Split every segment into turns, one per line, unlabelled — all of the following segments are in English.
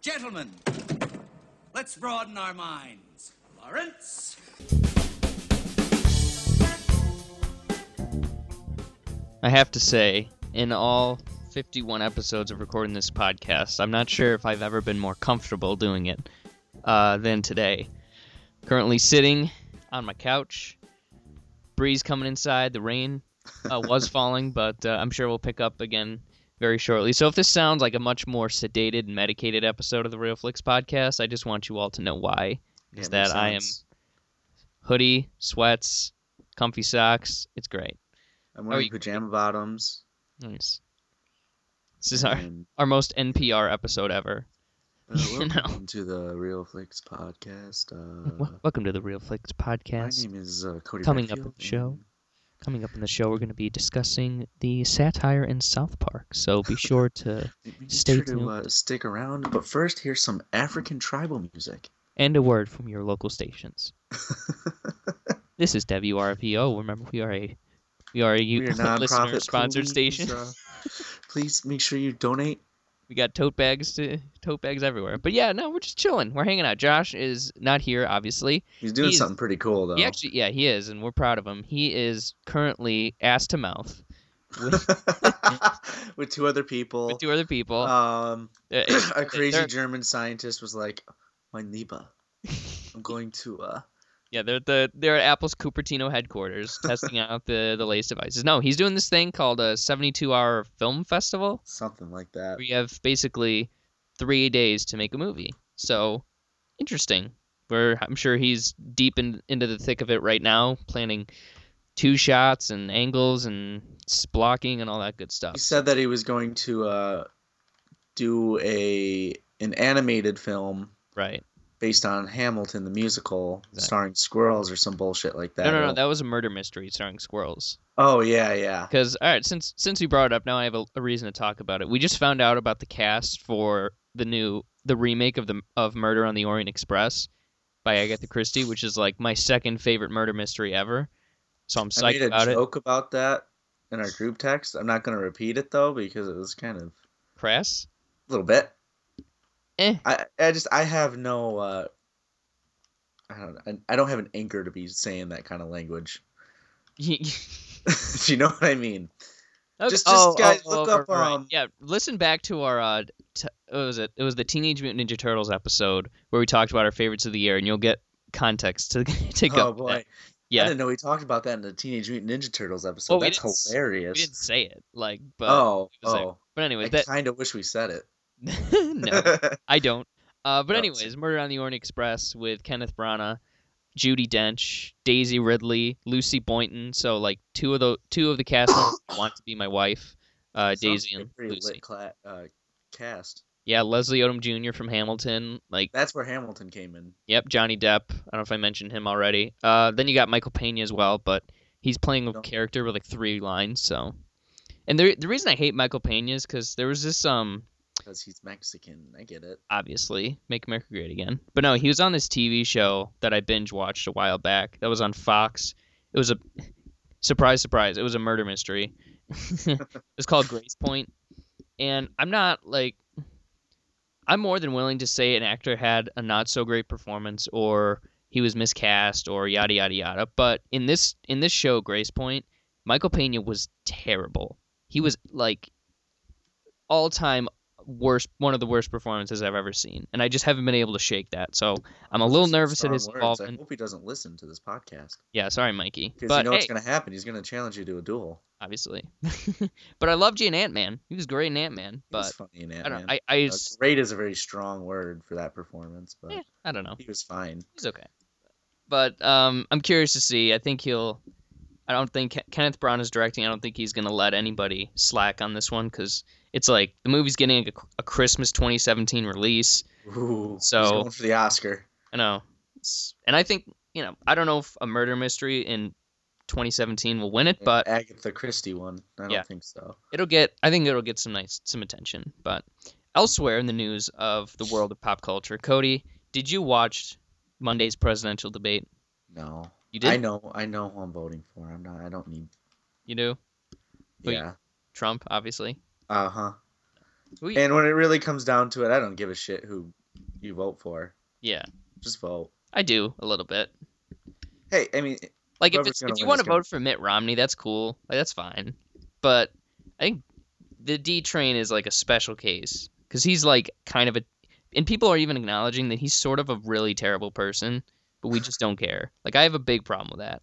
Gentlemen, let's broaden our minds. Lawrence.
I have to say, in all 51 episodes of recording this podcast, I'm not sure if I've ever been more comfortable doing it uh, than today. Currently sitting on my couch, breeze coming inside, the rain uh, was falling, but uh, I'm sure we'll pick up again very shortly. So if this sounds like a much more sedated and medicated episode of the Real Flicks podcast, I just want you all to know why. Is that I am hoodie, sweats, comfy socks. It's great.
I'm
Oh,
wearing
you-
pajama bottoms.
Nice. This is our,
And
our most NPR episode ever.
uh,
you know.
welcome to the Real Flicks podcast. Uh,
Wel- Welcome to the Real Flicks
my
podcast.
name is uh, Cody.
Coming up
Redfield,
on the show.
and
Coming up on the show, we're going to be discussing the satire in South Park. So be sure to
Make
Stay
sure to uh,
tuned.
stick around. But first, here's some African tribal music.
end a word from your local stations. This is WRPO. Remember, we are a we are a
We are
listener
nonprofit
sponsored
please,
station.
uh, please make sure you donate.
We got tote bags to tote bags everywhere. But yeah, no, we're just chilling. We're hanging out. Josh is not here, obviously.
He's doing
He's-
something pretty cool though.
He actually, yeah, he is, and we're proud of him. He is currently ass to mouth with,
with two other people.
with two other people.
um,
Uh,
a
it-
crazy
they're-
German scientist was like, "My Liebe, I'm going to uh."
Yeah, they're at the they're at Apple's Cupertino headquarters testing out the the latest devices. No, he's doing this thing called a 72 hour film festival
Something like that.
where you have basically three days to make a movie. So interesting. Where I'm sure he's deep in, into the thick of it right now, planning two shots and angles and s- blocking and all that good stuff.
He said that he was going to uh, do a an animated film
Right.
based on Hamilton the musical,
Exactly.
starring squirrels or some bullshit like that.
No, no, no. That was a murder mystery starring squirrels.
Oh yeah, yeah.
Because all right, since since we brought it up, now I have a, a reason to talk about it. We just found out about the cast for the new the remake of the of Murder on the Orient Express by Agatha Christie, which is like my second favorite murder mystery ever. So I'm
I
psyched
made a
about it.
joke about that in our group text. I'm not going to repeat it though because it was kind of a
Crass?
little bit.
Eh.
I I just I have no. Uh, I don't. I- I don't have an anchor to be saying that kind of language. Do you know what I mean?
Okay.
Just- just, guys, look up,
right.
um,
Yeah, listen back to our uh, t- what was it? It was the Teenage Mutant Ninja Turtles episode where we talked about our favorites of the year, and you'll get context to to go.
oh
with that.
boy. I
yeah,
didn't know we talked about that in the Teenage Mutant Ninja Turtles episode.
Well, we
That's
didn't s- we
hilarious.
didn't say it, like, but
oh,
it was like-
oh.
but
I
anyways, that
kind of wish we said it.
no, I don't. Uh, but
No, it's-
anyways, Murder on the Orient Express with Kenneth Branagh, Judy Dench, Daisy Ridley, Lucy Boynton. So like two of the two of the cast members who want to be my wife, uh,
Sounds
Daisy
like a
and
pretty
Lucy.
lit cla- uh, cast.
Yeah, Leslie Odom Jr. from Hamilton. Like,
That's where Hamilton came in.
yep, Johnny Depp. I don't know if I mentioned him already. Uh, then you got Michael Pena as well, but he's playing a
No.
character with like three lines. So, and the the reason I hate Michael Pena is because there was this um
Because he's Mexican. I get it.
obviously make america great again but no he was on this tv show that i binge watched a while back that was on fox it was a surprise surprise it was a murder mystery it's called grace point and i'm not like i'm more than willing to say an actor had a not so great performance or he was miscast or yada yada yada but in this in this show grace point michael pena was terrible he was like all time worst one of the worst performances I've ever seen, and I just haven't been able to shake that. So I'm a little
Some
nervous at
strong
his
words. I
involvement.
hope he doesn't listen to this podcast.
Yeah, sorry, Mikey,
Because
but
you know
hey,
what's going to happen. He's going to challenge you to a duel.
obviously. but I loved you in Ant Man. He was great in Ant Man,
He was
but
funny in
I don't.
Ant-Man.
I I,
Uh,
s-
great is a very strong word for that performance, but
eh, I don't know.
he was fine.
He's okay. But um, I'm curious to see. I think he'll. I don't think Ken- Kenneth Brown is directing. I don't think he's gonna let anybody slack on this one because it's like the movie's getting a, a Christmas 2017 release.
Ooh, he's
So-
going for the Oscar.
I know. It's- And I think, you know, I don't know if a murder mystery in 2017 will win it, but
Agatha Christie won. I don't
Yeah.
think so.
it'll get I think it'll get some nice some attention. But elsewhere in the news of the world of pop culture, Cody, did you watch Monday's presidential debate?
No.
You did?
I know, I know who I'm voting for. I'm not. I don't need.
You do? Wait.
yeah.
Trump, obviously.
Uh huh.
We,
And when it really comes down to it, I don't give a shit who you vote for.
yeah,
Just vote.
I do a little bit.
Hey, I mean,
Like if
Whoever's
it's,
gonna
if you
win
want
is
to
gonna-
vote for Mitt Romney, that's cool. Like that's fine. But I think the D train is like a special case because he's like kind of a, and people are even acknowledging that he's sort of a really terrible person, but we just don't care. Like I have a big problem with that,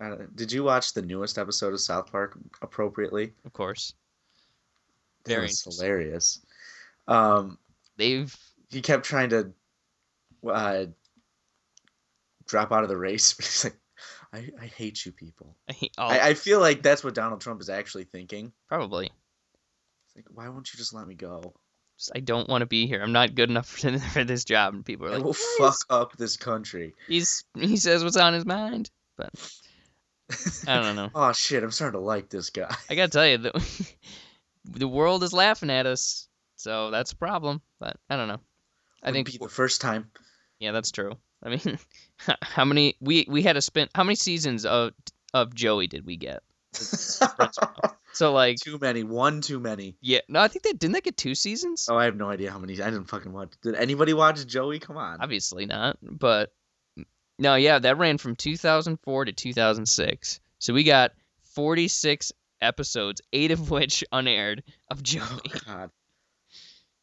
I don't- did you watch the newest episode of South Park appropriately?
of course.
That
Very
was
interesting.
hilarious. Um,
They've
he kept trying to uh, drop out of the race, but he's like, I, I hate you people.
I hate all,
I, I feel like that's what Donald Trump is actually thinking.
probably.
It's like, why won't you just let me go?
Just, I don't want to be here. I'm not good enough for, for this job. And people are
I
like,
will
"Yes,
Oh, fuck up this country.
he's he says what's on his mind. But I don't know.
Oh shit, I'm starting to like this guy.
I gotta tell you, the, the world is laughing at us, so that's a problem. But I don't know. I
Wouldn't
think
be the first time.
yeah, that's true. I mean, how many we we had a spin? How many seasons of of Joey did we get? So like,
too many, one too many.
yeah, no, I think that didn't that get two seasons?
Oh, I have no idea how many. I didn't fucking watch. Did anybody watch Joey? Come on.
Obviously not, but no, yeah, that ran from 2004 to 2006. So we got 46 episodes, eight of which unaired of Joey.
Oh God.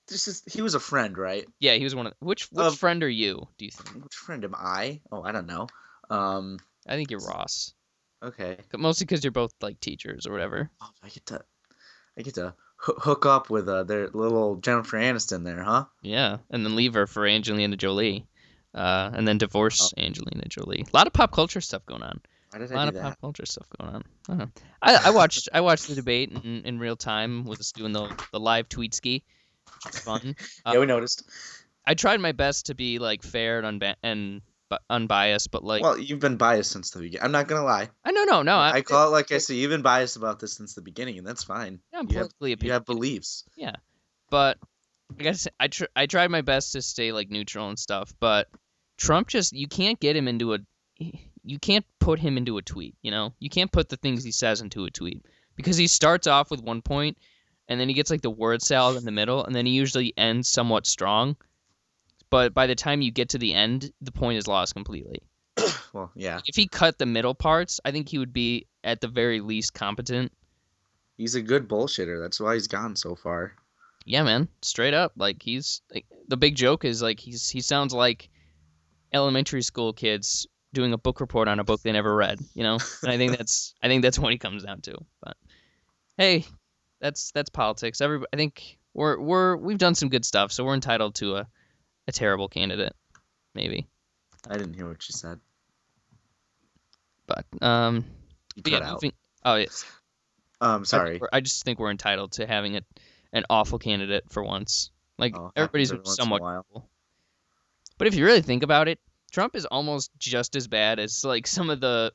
This is he was a friend, right?
Yeah, he was one of which which
Um,
friend are you? Do you think?
Which friend am I? Oh, I don't know. Um.
I think you're Ross.
Okay.
'Cause- Mostly because you're both like teachers or whatever.
Oh, I get to, I get to hoo- hook up with uh, their little old Jennifer Aniston there, huh?
Yeah, and then leave her for Angelina Jolie, uh, and then divorce Angelina Jolie. A lot of pop culture stuff going on.
Why did
A
I
lot
do
of
that?
pop culture stuff going on. I, don't know. I, I watched I watched the debate in, in real time. Was doing the the live tweet ski, which was fun.
yeah, we noticed.
I tried my best to be like fair and unba- and bu- unbiased, but like
well, you've been biased since the beginning. I'm not gonna lie.
I no no no. I,
I call it like I say. You've been biased about this since the beginning, and that's fine.
I'm
you have-
politically
You
opinion-
have beliefs.
but I guess I tr- I tried my best to stay like neutral and stuff, but Trump just you can't get him into a you can't put him into a tweet, you know? You can't put the things he says into a tweet because he starts off with one point and then he gets like the word salad in the middle and then he usually ends somewhat strong. But by the time you get to the end, the point is lost completely.
Well, yeah.
If he cut the middle parts, I think he would be at the very least competent.
He's a good bullshitter. That's why he's gone so far.
Yeah, man, straight up. Like he's like the big joke is like he's he sounds like elementary school kids doing a book report on a book they never read. You know, and I think that's I think that's what he comes down to. But hey, that's that's politics. Every I think we're we're we've done some good stuff, so we're entitled to a a terrible candidate, maybe.
I didn't hear what you said.
But um,
You
but
cut
yeah,
out.
moving, oh yes,
Um,
I think
sorry.
we're- I just think we're entitled to having a, an awful candidate for once. Like
Oh, happens
everybody's
every once in a
somewhat
while.
cool. But if you really think about it, Trump is almost just as bad as like some of the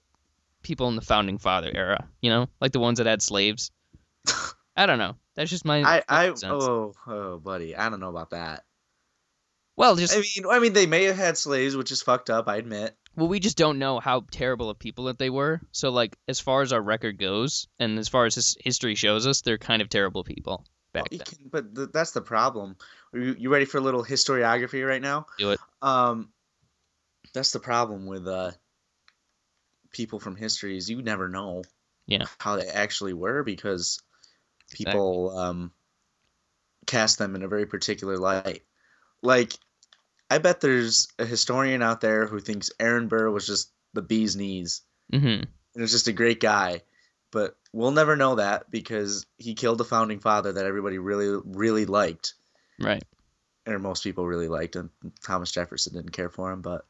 people in the founding father era. You know, like the ones that had slaves. I don't know. That's just my
I, I
sense.
oh, oh, buddy, I don't know about that.
well, just
I mean, I mean, they may have had slaves, which is fucked up. I admit.
well, we just don't know how terrible of people that they were. So like, as far as our record goes, and as far as his history shows us, they're kind of terrible people back
You
then.
can- but th- that's the problem. Are you, you ready for a little historiography right now?
Do it.
Um, that's the problem with uh, people from history is you never know.
Yeah.
How they actually were because
Exactly.
people um, cast them in a very particular light. Like, I bet there's a historian out there who thinks Aaron Burr was just the bee's knees
Mm-hmm.
and was just a great guy. But we'll never know that because he killed the founding father that everybody really, really liked,
Right.
or most people really liked, and Thomas Jefferson didn't care for him. But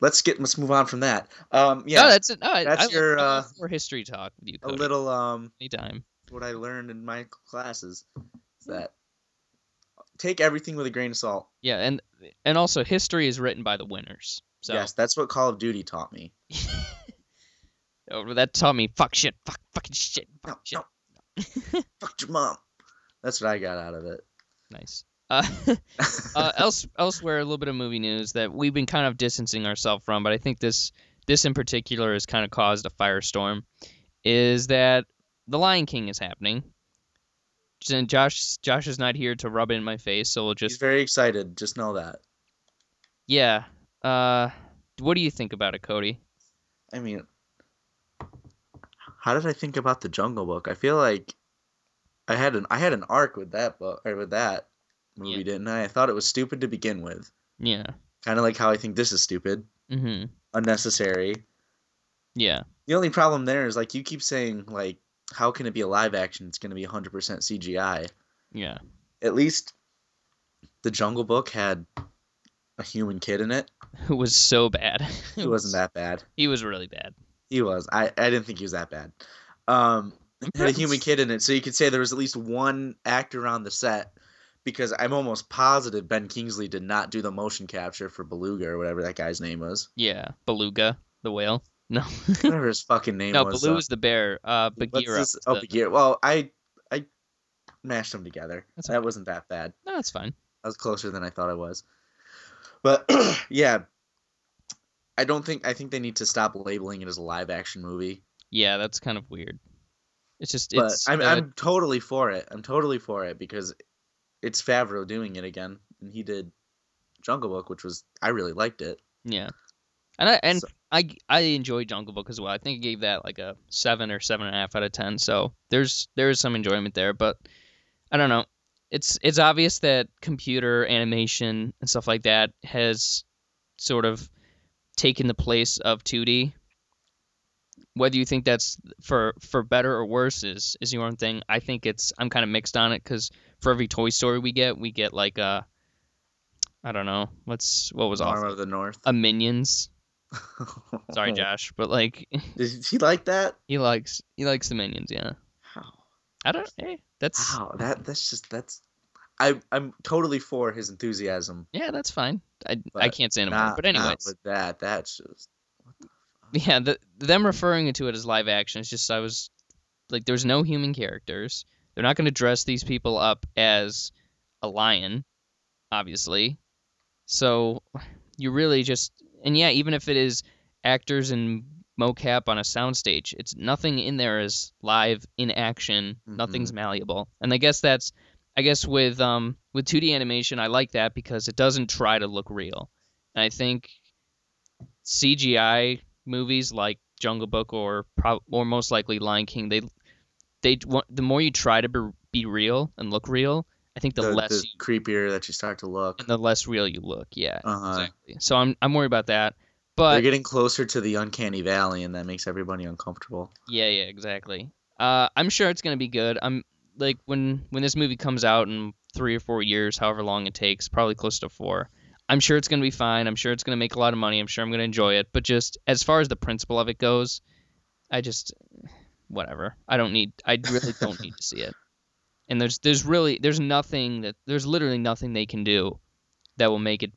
let's get let's move on from that. Um, yeah,
No, that's it. No, I-
that's
I love-
your,
I love
uh,
more history talk with you.
a
Cody.
little um,
anytime.
what I learned in my classes is that take everything with a grain of salt.
Yeah, and and also history is written by the winners. So
Yes, that's what Call of Duty taught me.
oh, that taught me fuck shit, fuck fucking shit, fuck
No,
shit.
no, fuck your mom. That's what I got out of it.
Nice. Uh, uh, else, elsewhere, a little bit of movie news that we've been kind of distancing ourselves from, but I think this this in particular has kind of caused a firestorm. Is that The Lion King is happening? And Josh Josh is not here to rub it in my face, so we'll
He's
just
very excited. Just know that.
yeah. Uh, what do you think about it, Cody?
I mean, how did I think about the Jungle Book? I feel like I had an I had an arc with that book or with that movie,
Yeah.
didn't I? I thought it was stupid to begin with.
Yeah.
Kind of like how I think this is stupid,
Mm-hmm.
unnecessary.
Yeah.
The only problem there is like you keep saying like how can it be a live action? It's going to be 100% CGI.
Yeah.
At least the Jungle Book had a human kid in it.
It was so bad.
He wasn't that bad.
He was really bad.
He was. I, I didn't think he was that bad. Um, it had a human kid in it, so you could say there was at least one actor on the set because I'm almost positive Ben Kingsley did not do the motion capture for Beluga or whatever that guy's name was.
Yeah. Beluga, the whale. No.
Whatever his fucking name
no.
was.
Beluga
uh,
was the bear. Uh,
what's
Bagheera.
this-
was
Oh,
the-
Bagheera. Well, I I mashed them together.
That's
that wasn't that bad.
No, that's fine.
I was closer than I thought I was. But yeah, I don't think I think they need to stop labeling it as a live action movie.
Yeah, that's kind of weird. It's just
but
it's
I'm,
uh,
I'm totally for it. I'm totally for it because it's Favreau doing it again, and he did Jungle Book, which was I really liked it.
yeah. And I and
So-
I I enjoy Jungle Book as well. I think I gave that like a seven or seven and a half out of ten. So there's there is some enjoyment there, but I don't know. It's it's obvious that computer animation and stuff like that has sort of taken the place of 2D. Whether you think that's for for better or worse is is your own thing. I think it's I'm kind of mixed on it because for every Toy Story we get, we get like a I don't know what's what was
Arm
awful
of the North.
a Minions.
Uh-huh.
Sorry, Josh, but like
Did he like that?
he likes he likes the Minions. Yeah,
How?
I don't. Hey, that's
Wow, that that's just that's. I I'm totally for his enthusiasm.
yeah, that's fine. I I
But
can't say no more.
Not,
But
not
anyways,
with that, that's just
yeah, the, them referring to it as live action is just I was like, there's no human characters. They're not going to dress these people up as a lion, obviously. So you really just and yeah, even if it is actors in mocap on a soundstage, it's nothing in there is live in action. Nothing's malleable, and I guess that's I guess with um with 2D animation, I like that because it doesn't try to look real. And I think CGI movies like Jungle Book or prob- or most likely Lion King, they they want the more you try to be, be real and look real, I think the,
the,
less
the
you,
creepier that you start to look.
and the less real you look. Yeah,
Uh huh.
exactly. So I'm I'm worried about that.
They're
But
getting closer to the uncanny valley, and that makes everybody uncomfortable.
yeah, yeah, exactly. Uh, I'm sure it's gonna be good. I'm like when when this movie comes out in three or four years, however long it takes, probably close to four. I'm sure it's gonna be fine. I'm sure it's gonna make a lot of money. I'm sure I'm gonna enjoy it. But just as far as the principle of it goes, I just whatever. I don't need. I really don't need to see it. And there's there's really there's nothing that there's literally nothing they can do that will make it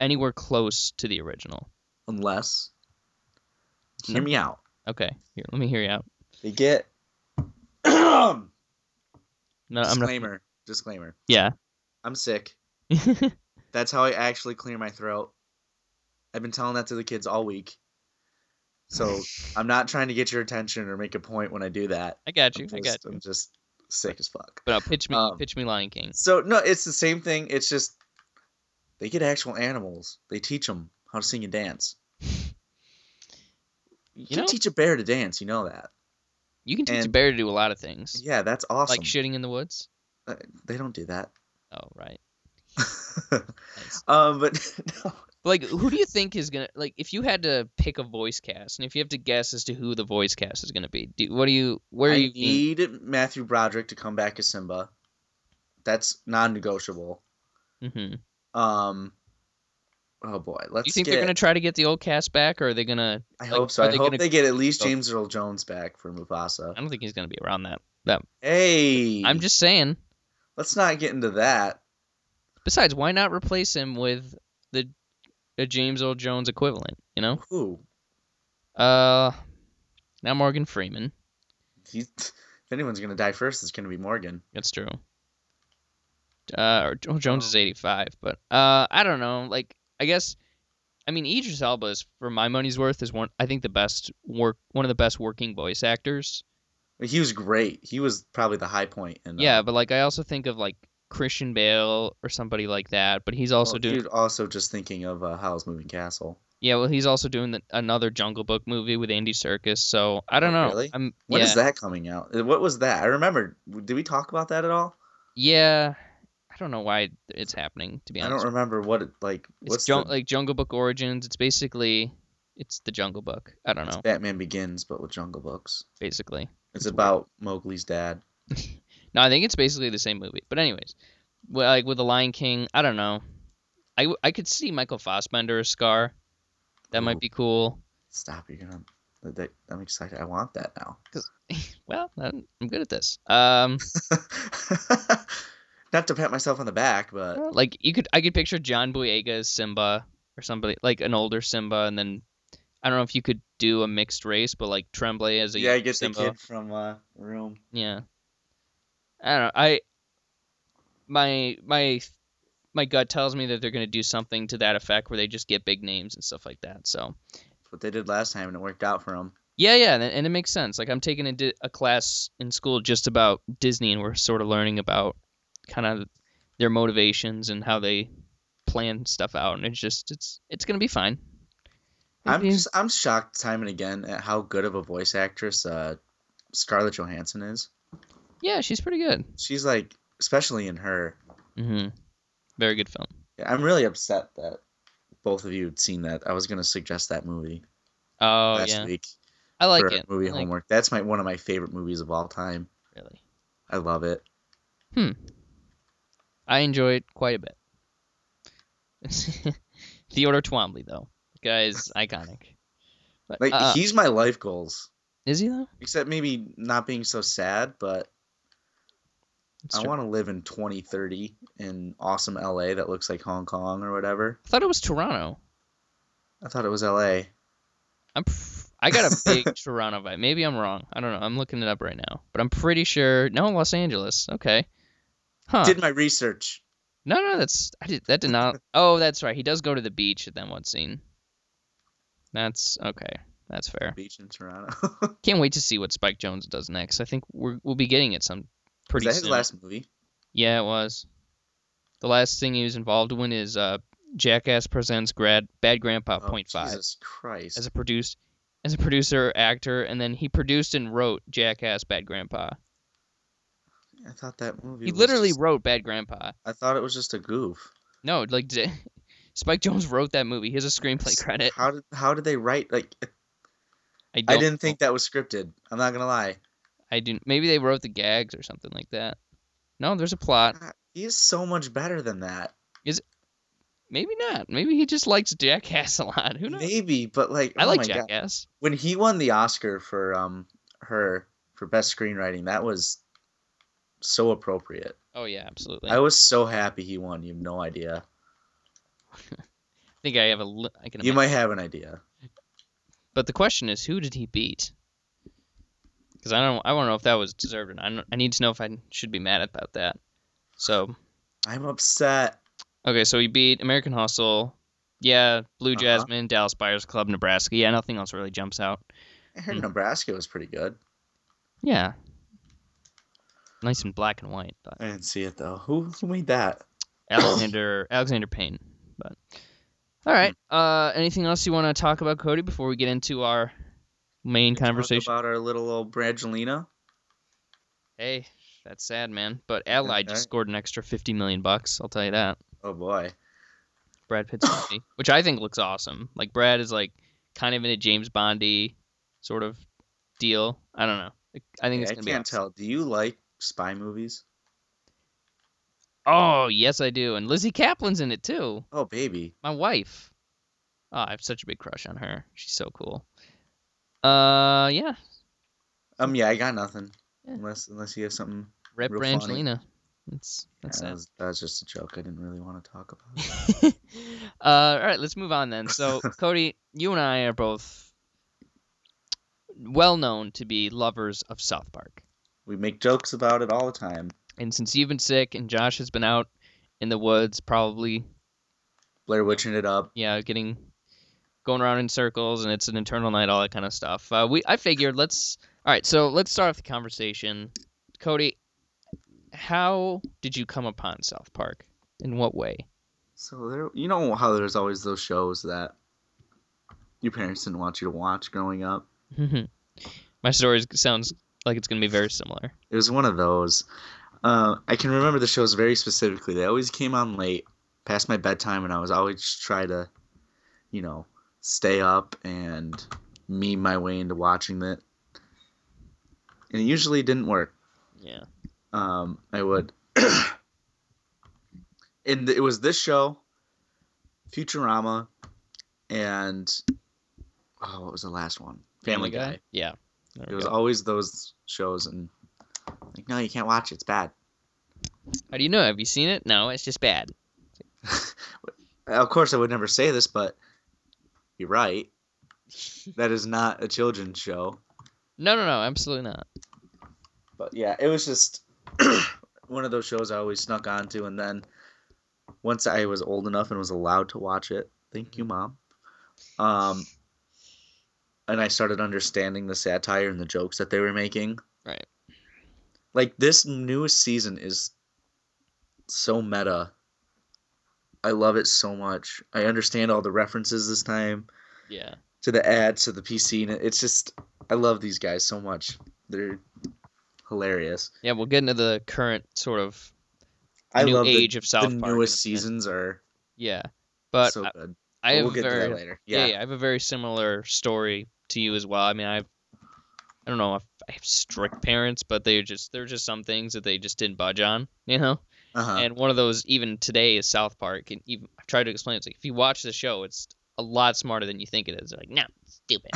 anywhere close to the original.
unless
No.
hear me out
Okay, here, let me hear you out.
they get disclaimer
No, I'm not.
disclaimer
Yeah.
i'm sick that's how i actually clear my throat i've been telling that to the kids all week so i'm not trying to get your attention or make a point when i do that
I got you.
i'm
I got
just,
you.
I'm just sick as fuck
But no, pitch me,
Um,
pitch me, Lion King.
so no it's the same thing it's just they get actual animals they teach them how to sing and dance you,
You
can
know-
teach a bear to dance you know that
You can teach a
and-
bear to do a lot of things,
yeah that's awesome
like shitting in the woods.
Uh, they don't do that
Oh, right. Nice.
um, but no,
Like, who do you think is gonna like? If you had to pick a voice cast, and if you have to guess as to who the voice cast is gonna be, do, what do you? Where
I
are you? leaning?
need Matthew Broderick to come back as Simba. That's non-negotiable.
Mhm.
Um, oh boy, let's.
Do you think
get,
they're gonna try to get the old cast back, or are they gonna?
I
like,
hope so.
are
I
they
hope
gonna- Oh.
they get at least James Earl Jones back for Mufasa.
I don't think he's gonna be around that. That
Hey,
I'm just saying.
Let's not get into that.
Besides, why not replace him with the a James Earl Jones equivalent? You know,
Ooh,
uh, now Morgan Freeman.
he, if anyone's gonna die first, it's gonna be Morgan.
That's true. Uh, or Jo- Jones is 85, but uh, I don't know. Like, I guess, I mean, Idris Elba is, for my money's worth, is one. I think the best work, one of the best working voice actors.
He was great. He was probably the high point. In, uh,
Yeah, but like I also think of like Christian Bale or somebody like that, but he's also
oh,
doing
dude, also just thinking of uh, Howl's Moving Castle.
yeah, well he's also doing the, another Jungle Book movie with Andy Circus. So I don't
Oh,
know.
really?
I'm
When
yeah
is that coming out? Uh, What was that? I remember. Did we talk about that at all?
yeah. I don't know why it's happening. To be
I
honest,
don't remember what it like.
it's
What's
jun-
the,
like Jungle Book Origins. It's basically it's the Jungle Book. I don't
it's
know.
Batman Begins, but with Jungle Books.
Basically,
It's about Mowgli's dad.
no, I think it's basically the same movie. But anyways, well, like with the Lion King, I don't know. I w- I could see Michael Fassbender as Scar. That
Ooh.
might be cool.
Stop! You're gonna. that- that- I'm excited. I want that now.
Well, I'm I'm good at this. Um,
Not to pat myself on the back, but
uh, like you could, I could picture John Boyega as Simba or somebody like an older Simba, and then I don't know if you could do a mixed race, but like Tremblay as a
yeah, I get
Simba.
the kid from uh, Room.
Yeah, I don't know. I my my my gut tells me that they're gonna do something to that effect where they just get big names and stuff like that. So
That's what they did last time, and it worked out for him.
yeah, yeah, and, and it makes sense. Like I'm taking a, di- a class in school just about Disney, and we're sort of learning about kind of their motivations and how they plan stuff out, and it's just it's it's gonna be fine.
I'm
Maybe-
just I'm shocked time and again at how good of a voice actress uh, Scarlett Johansson is.
yeah, she's pretty good.
She's like, especially in her.
hmm Very good film.
I'm really upset that both of you had seen that. I was gonna suggest that movie
Oh
last
yeah,
week
I like
for
it.
movie
I like
homework. That's my one of my favorite movies of all time.
it, really,
I love it.
I enjoy it quite a bit. Theodore Twombly, though, the guy's iconic. But,
Like
uh,
he's my life goals.
is he though?
Except maybe not being so sad, but
That's
I
true.
want to live in 2030 in awesome LA that looks like Hong Kong or whatever.
I thought it was Toronto.
I thought it was LA.
I'm pr- I got a big Toronto vibe. Maybe I'm wrong. I don't know. I'm looking it up right now, but I'm pretty sure. No, Los Angeles. Okay. Huh.
Did my research.
no, no, that's I did that did not. oh, that's right. He does go to the beach at that one scene. That's okay. That's fair.
Beach in Toronto.
Can't wait to see what Spike Jones does next. I think we're, we'll be getting it some
Was
pretty
that his
soon.
last movie?
Yeah, it was. The last thing he was involved in is uh, Jackass presents Grad Bad Grandpa
Oh,
Point Five
Jesus Christ.
as a produced as a producer actor, and then he produced and wrote Jackass Bad Grandpa.
I thought that movie.
He
was
literally
just-
wrote Bad Grandpa.
I thought it was just a goof.
No, like d- Spike Jones wrote that movie. He has a screenplay credit.
How did how did they write? Like
I, don't,
I didn't think that was scripted. I'm not gonna lie.
I didn't. Maybe they wrote the gags or something like that. No, there's a plot.
He is so much better than that.
Maybe not. Maybe he just likes Jackass a lot. Who knows?
Maybe, but like
I
oh
like
my God.
Jackass.
when he won the Oscar for um her for best screenwriting, that was so appropriate.
Oh yeah, absolutely.
I was so happy he won. You have no idea.
I think I have a. Li- I can.
You might have an idea.
But the question is, who did he beat? Because I don't, I don't know if that was deserved or not. I, don't- I need to know if I should be mad about that. So
I'm upset.
okay, so he beat American Hustle, yeah, Blue
Uh-huh.
Jasmine, Dallas Buyers Club, Nebraska. Yeah, nothing else really jumps out.
I heard
Hmm.
Nebraska was pretty good.
Yeah, nice and black and white. But
I didn't see it though. Who who made that?
Alexander Alexander Payne. But all right, uh, anything else you want to talk about, Cody, before we get into our main
Talk
conversation?
about our little old Brangelina.
Hey, that's sad, man. But Ally
alright.
just scored an extra fifty million bucks. I'll tell you that.
Oh boy.
Brad Pitt's movie, which I think looks awesome. Like Brad is like kind of in a James Bondy sort of deal. I don't know. Like, I think
Hey,
it's
I
gonna be.
can't
awesome.
tell. Do you like spy movies?
Oh yes, I do. And Lizzie Kaplan's in it too.
Oh baby.
My wife. Oh, I have such a big crush on her. She's so cool. Uh, yeah.
Um yeah, I got nothing.
Yeah.
Unless unless you have something.
Rep
Real funny.
Brangelina. That's that's
Yeah, that,
sad.
was, that was just a joke. I didn't really want to talk about. it.
uh, all right, let's move on then. So, Cody, you and I are both well known to be lovers of South Park.
we make jokes about it all the time.
And since you've been sick and Josh has been out in the woods, probably,
Blair witching it up.
yeah, getting going around in circles and it's an eternal night, all that kind of stuff. Uh, we I figured let's all right, so let's start off the conversation. Cody, how did you come upon South Park? In what way?
So there, you know how there's always those shows that your parents didn't want you to watch growing up.
My story is- sounds like it's going to be very similar.
It was one of those. Uh, I can remember the shows very specifically. They always came on late, past my bedtime, and I was always try to, you know, stay up and meme my way into watching it. And it usually didn't work.
Yeah.
um, I would. and it was this show, Futurama, and oh, what was the last one? Family Guy.
Yeah. There we
It was
go.
always those shows, and like, no, you can't watch it. It's bad.
How do you know? Have you seen it? No, it's just bad.
Of course, I would never say this, but you're right. That is not a children's show.
No, no, no, absolutely not.
But yeah, it was just one of those shows I always snuck onto, and then once I was old enough and was allowed to watch it, thank you, mom. Um, and I started understanding the satire and the jokes that they were making.
Right.
Like this newest season is so meta. I love it so much. I understand all the references this time
Yeah.
to the ads to the PC, and it's just I love these guys so much. They're hilarious.
Yeah, we'll get into the current sort of
I
new
love the-
age of
the,
South Park. in a
newest
minute.
seasons are
Yeah. But
so
I,
good.
I
But
have
we'll get
a very,
to that later.
yeah.
Yeah.
yeah, I have a very similar story to you as well. I mean, I've I don't know if I have strict parents, but they just there are just some things that they just didn't budge on, you know.
Uh-huh.
And one of those even today is South Park, and even I've tried to explain it. it's like if you watch the show, it's a lot smarter than you think it is. They're like, no, it's stupid,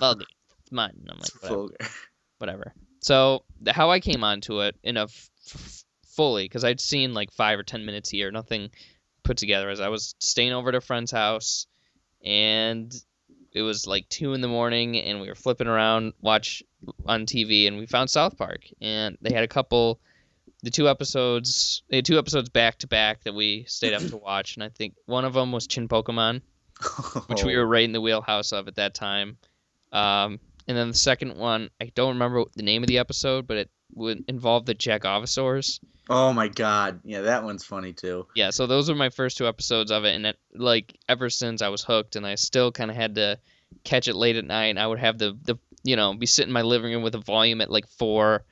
vulgar, it's mud. And I'm
It's
like, whatever.
vulgar.
whatever. So the- how I came onto it in a f- f- fully because I'd seen like five or ten minutes here, nothing put together. As I was staying over at a friend's house, and it was like two in the morning, and we were flipping around watch on TV, and we found South Park, and they had a couple, the two episodes, they had two episodes back to back that we stayed up to watch, and I think one of them was Chin Pokemon which
Oh.
we were right in the wheelhouse of at that time. Um, and then the second one, I don't remember the name of the episode, but it would involve the Jackovosaurs.
Oh my god. Yeah, that one's funny too.
Yeah, so those were my first two episodes of it, and it, like ever since I was hooked, and I still kind of had to catch it late at night. And I would have the the you know be sitting in my living room with the volume at like four,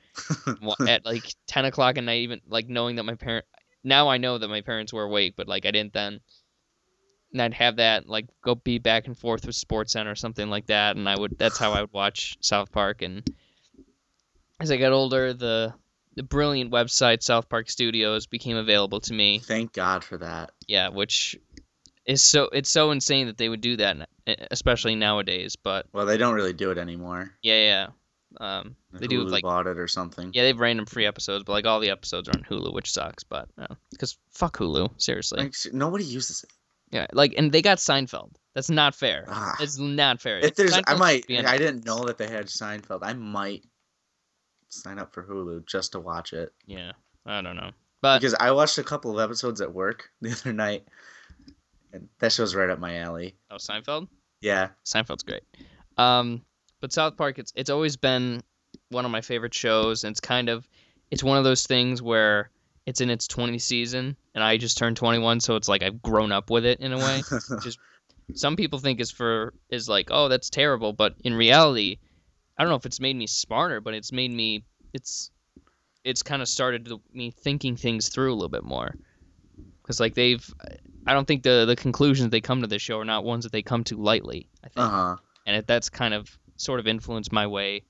wa- at like ten o'clock at night, even like knowing that my parent. Now I know that my parents were awake, but like I didn't then. And I'd have that like go be back and forth with Sports Center or something like that, and I would that's how I would watch South Park. And as I got older, the the brilliant website South Park Studios became available to me.
Thank God for that.
Yeah, which is so it's so insane that they would do that, n- especially nowadays. But
Well, they don't really do it anymore.
yeah, yeah, um, they do
Hulu
like
bought it or something.
yeah, they have random free episodes, but like all the episodes are on Hulu, which sucks. But because fuck Hulu, seriously.
Like, s- nobody uses it.
yeah, like and they got Seinfeld. That's not fair.
Ah.
It's not fair.
If there's, I
Seinfeld
might.
should be on-
I didn't know that they had Seinfeld. I might sign up for Hulu just to watch it.
yeah, I don't know, but
because I watched a couple of episodes at work the other night, and that show's right up my alley.
oh, Seinfeld.
Yeah,
Seinfeld's great. Um, but South Park, it's it's always been one of my favorite shows, and it's kind of it's one of those things where it's in its 20th season, and I just turned 21, so it's like I've grown up with it in a way. just some people think is for is like oh that's terrible, but in reality, I don't know if it's made me smarter, but it's made me it's it's kind of started the, me thinking things through a little bit more because like they've i don't think the the conclusions they come to this show are not ones that they come to lightly i think
uh huh.
and it, that's kind of sort of influenced my way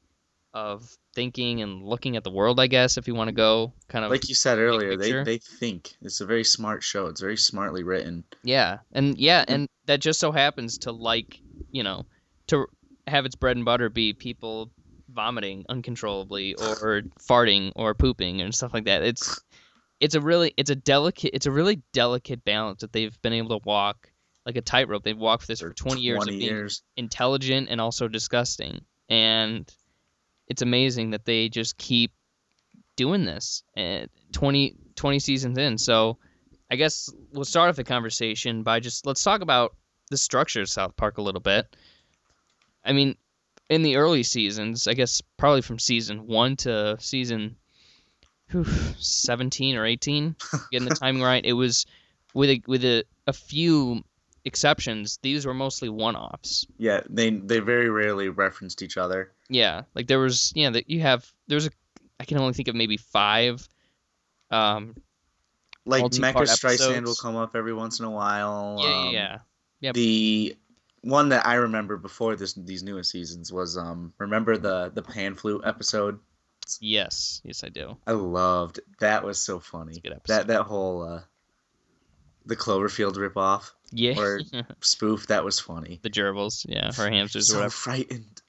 of thinking and looking at the world i guess if you want to go kind of
Like you said earlier, they
picture.
they think it's a very smart show. It's very smartly written.
yeah and yeah and that just so happens to like you know to have its bread and butter be people vomiting uncontrollably or farting or pooping and stuff like that it's it's a really it's a delicate it's a really delicate balance that they've been able to walk like a tightrope they've walked this for 20 years of
Twenty
being
years.
intelligent and also disgusting. And it's amazing that they just keep doing this and 20, 20 seasons in. So I guess we'll start off the conversation by just let's talk about the structure of South Park a little bit. I mean, in the early seasons, I guess probably from season one to season whew, seventeen or eighteen, getting the timing right, it was with a, with a, a few exceptions. These were mostly one offs.
Yeah, they they very rarely referenced each other.
Yeah, like there was yeah that you have there's a I can only think of maybe five. Um,
Like
Multi-part
Mecha Streisand will
episodes.
come up every once in a while.
yeah, yeah,
um,
yeah. Yep.
The one that I remember before this these newest seasons was um remember the the pan flute episode.
Yes, yes, I do.
I loved that was so funny.
a good
That
episode.
that whole uh the Cloverfield ripoff
Yeah,
Or- spoof that was funny.
the gerbils. Yeah, her hamsters or
so
whatever.
frightened.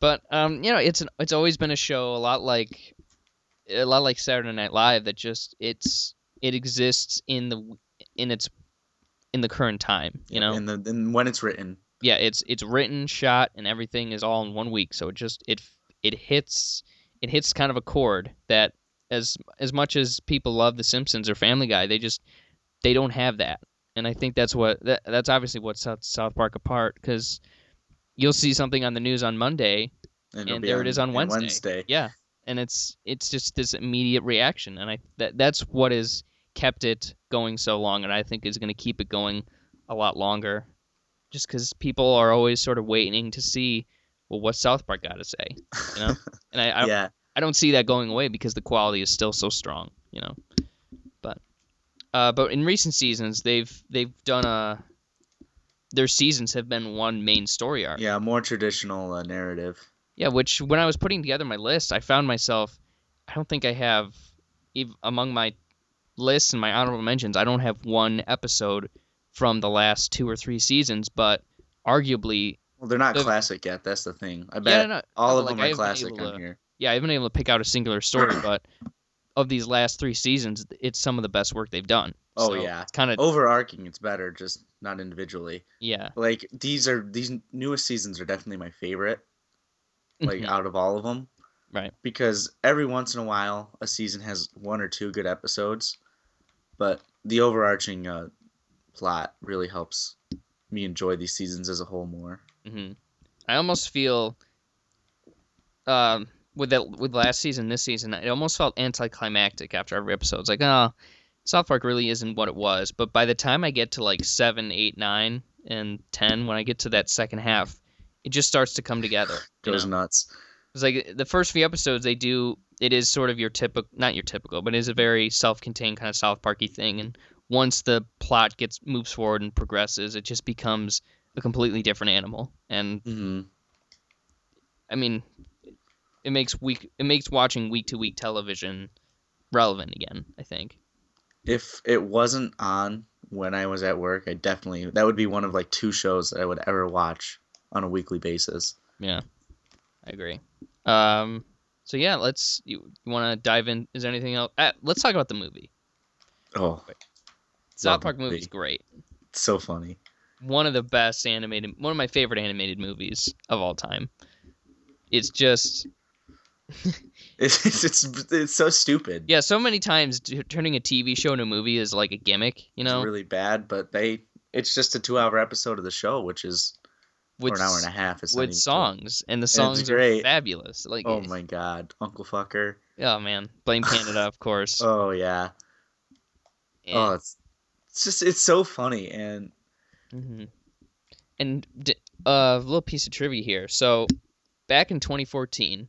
But um, you know, it's an, it's always been a show a lot like a lot like Saturday Night Live that just it's it exists in the in its in the current time. You know,
and the and when it's written,
yeah, it's it's written, shot, and everything is all in one week. So it just it it hits it hits kind of a chord that as as much as people love The Simpsons or Family Guy, they just they don't have that. And I think that's what that, that's obviously what sets South Park apart because you'll see something on the news on Monday
and, it'll
and
be
there it is on Wednesday.
Wednesday.
Yeah, and it's it's just this immediate reaction, and I that that's what has kept it going so long, and I think is going to keep it going a lot longer, just because people are always sort of waiting to see well what South Park got to say, you know, and I I,
yeah,
I don't see that going away because the quality is still so strong, you know, but uh, but in recent seasons they've they've done a their seasons have been one main story arc.
yeah, more traditional uh, narrative.
Yeah, which when I was putting together my list, I found myself. I don't think I have, ev- among my lists and my honorable mentions, I don't have one episode from the last two or three seasons, but arguably,
Well, they're not
The-
classic yet. That's the thing. I
yeah,
bet
no, no,
all of
like,
them
I
are
haven't been
classic
able
on
to-
here.
yeah, I haven't been able to pick out a singular story, but of these last three seasons, it's some of the best work they've done.
Oh,
So
yeah.
it's kind of
Overarching, it's better, just not individually.
yeah,
Like these are these newest seasons are definitely my favorite. Like
Mhm.
out of all of them,
right,
because every once in a while a season has one or two good episodes, but the overarching uh, plot really helps me enjoy these seasons as a whole more.
hmm I almost feel, um, with that with last season, this season, it almost felt anticlimactic after every episode. It's like, oh, South Park really isn't what it was. But by the time I get to like seven, eight, nine, and ten, when I get to that second half, it just starts to come together. you
Goes
know?
nuts.
It's like the first few episodes they do. It is sort of your typical, not your typical, but it is a very self-contained kind of South Parky thing. And once the plot gets moves forward and progresses, it just becomes a completely different animal. And
hmm
I mean, it makes week it makes watching week to week television relevant again. I think.
If it wasn't on when I was at work, I definitely that would be one of like two shows that I would ever watch on a weekly basis.
Yeah, I agree. Um, so yeah, let's. You, you want to dive in? Is there anything else? Uh, let's talk about the movie.
Oh,
South
Love the
Park movie is
movie.
great.
it's so funny.
One of the best animated, one of my favorite animated movies of all time. It's just
It's it's it's, it's so stupid.
yeah. So many times t- turning a TV show into a movie is like a gimmick, you know.
It's really bad, but they it's just a two-hour episode of the show, which is
with
or an hour
s-
and a half. It's not
with
even-
songs, and the songs are
great.
fabulous. Like
Oh my god, Uncle Fucker.
Oh man, blame Canada, of course.
Oh yeah.
and,
Oh, it's, it's just it's so funny and
mhm. and d- uh, little piece of trivia here. So, back in 2014,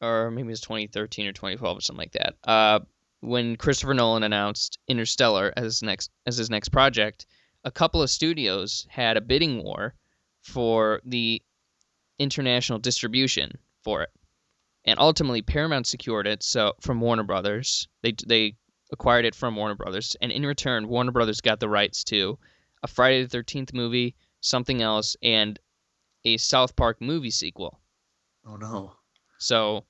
or maybe it was 2013 or 2012 or something like that. Uh, when Christopher Nolan announced Interstellar as his next as his next project, a couple of studios had a bidding war for the international distribution for it, and ultimately Paramount secured it. So from Warner Brothers, they they acquired it from Warner Brothers, and in return, Warner Brothers got the rights to a Friday the Thirteenth movie, something else, and a South Park movie sequel.
oh no.
So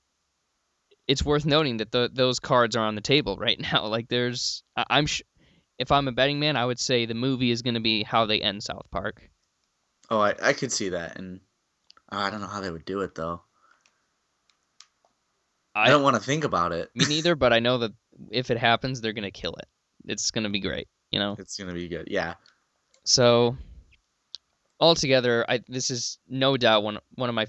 it's worth noting that tho- those cards are on the table right now. Like there's, I- I'm, sh- if I'm a betting man, I would say the movie is going to be how they end South Park.
Oh, I, I could see that and oh, I don't know how they would do it though. I,
I-
don't want to think about it.
Me neither, but I know that if it happens, they're going to kill it. It's going to be great, you know.
It's gonna be good. Yeah.
So altogether, I this is no doubt one one of my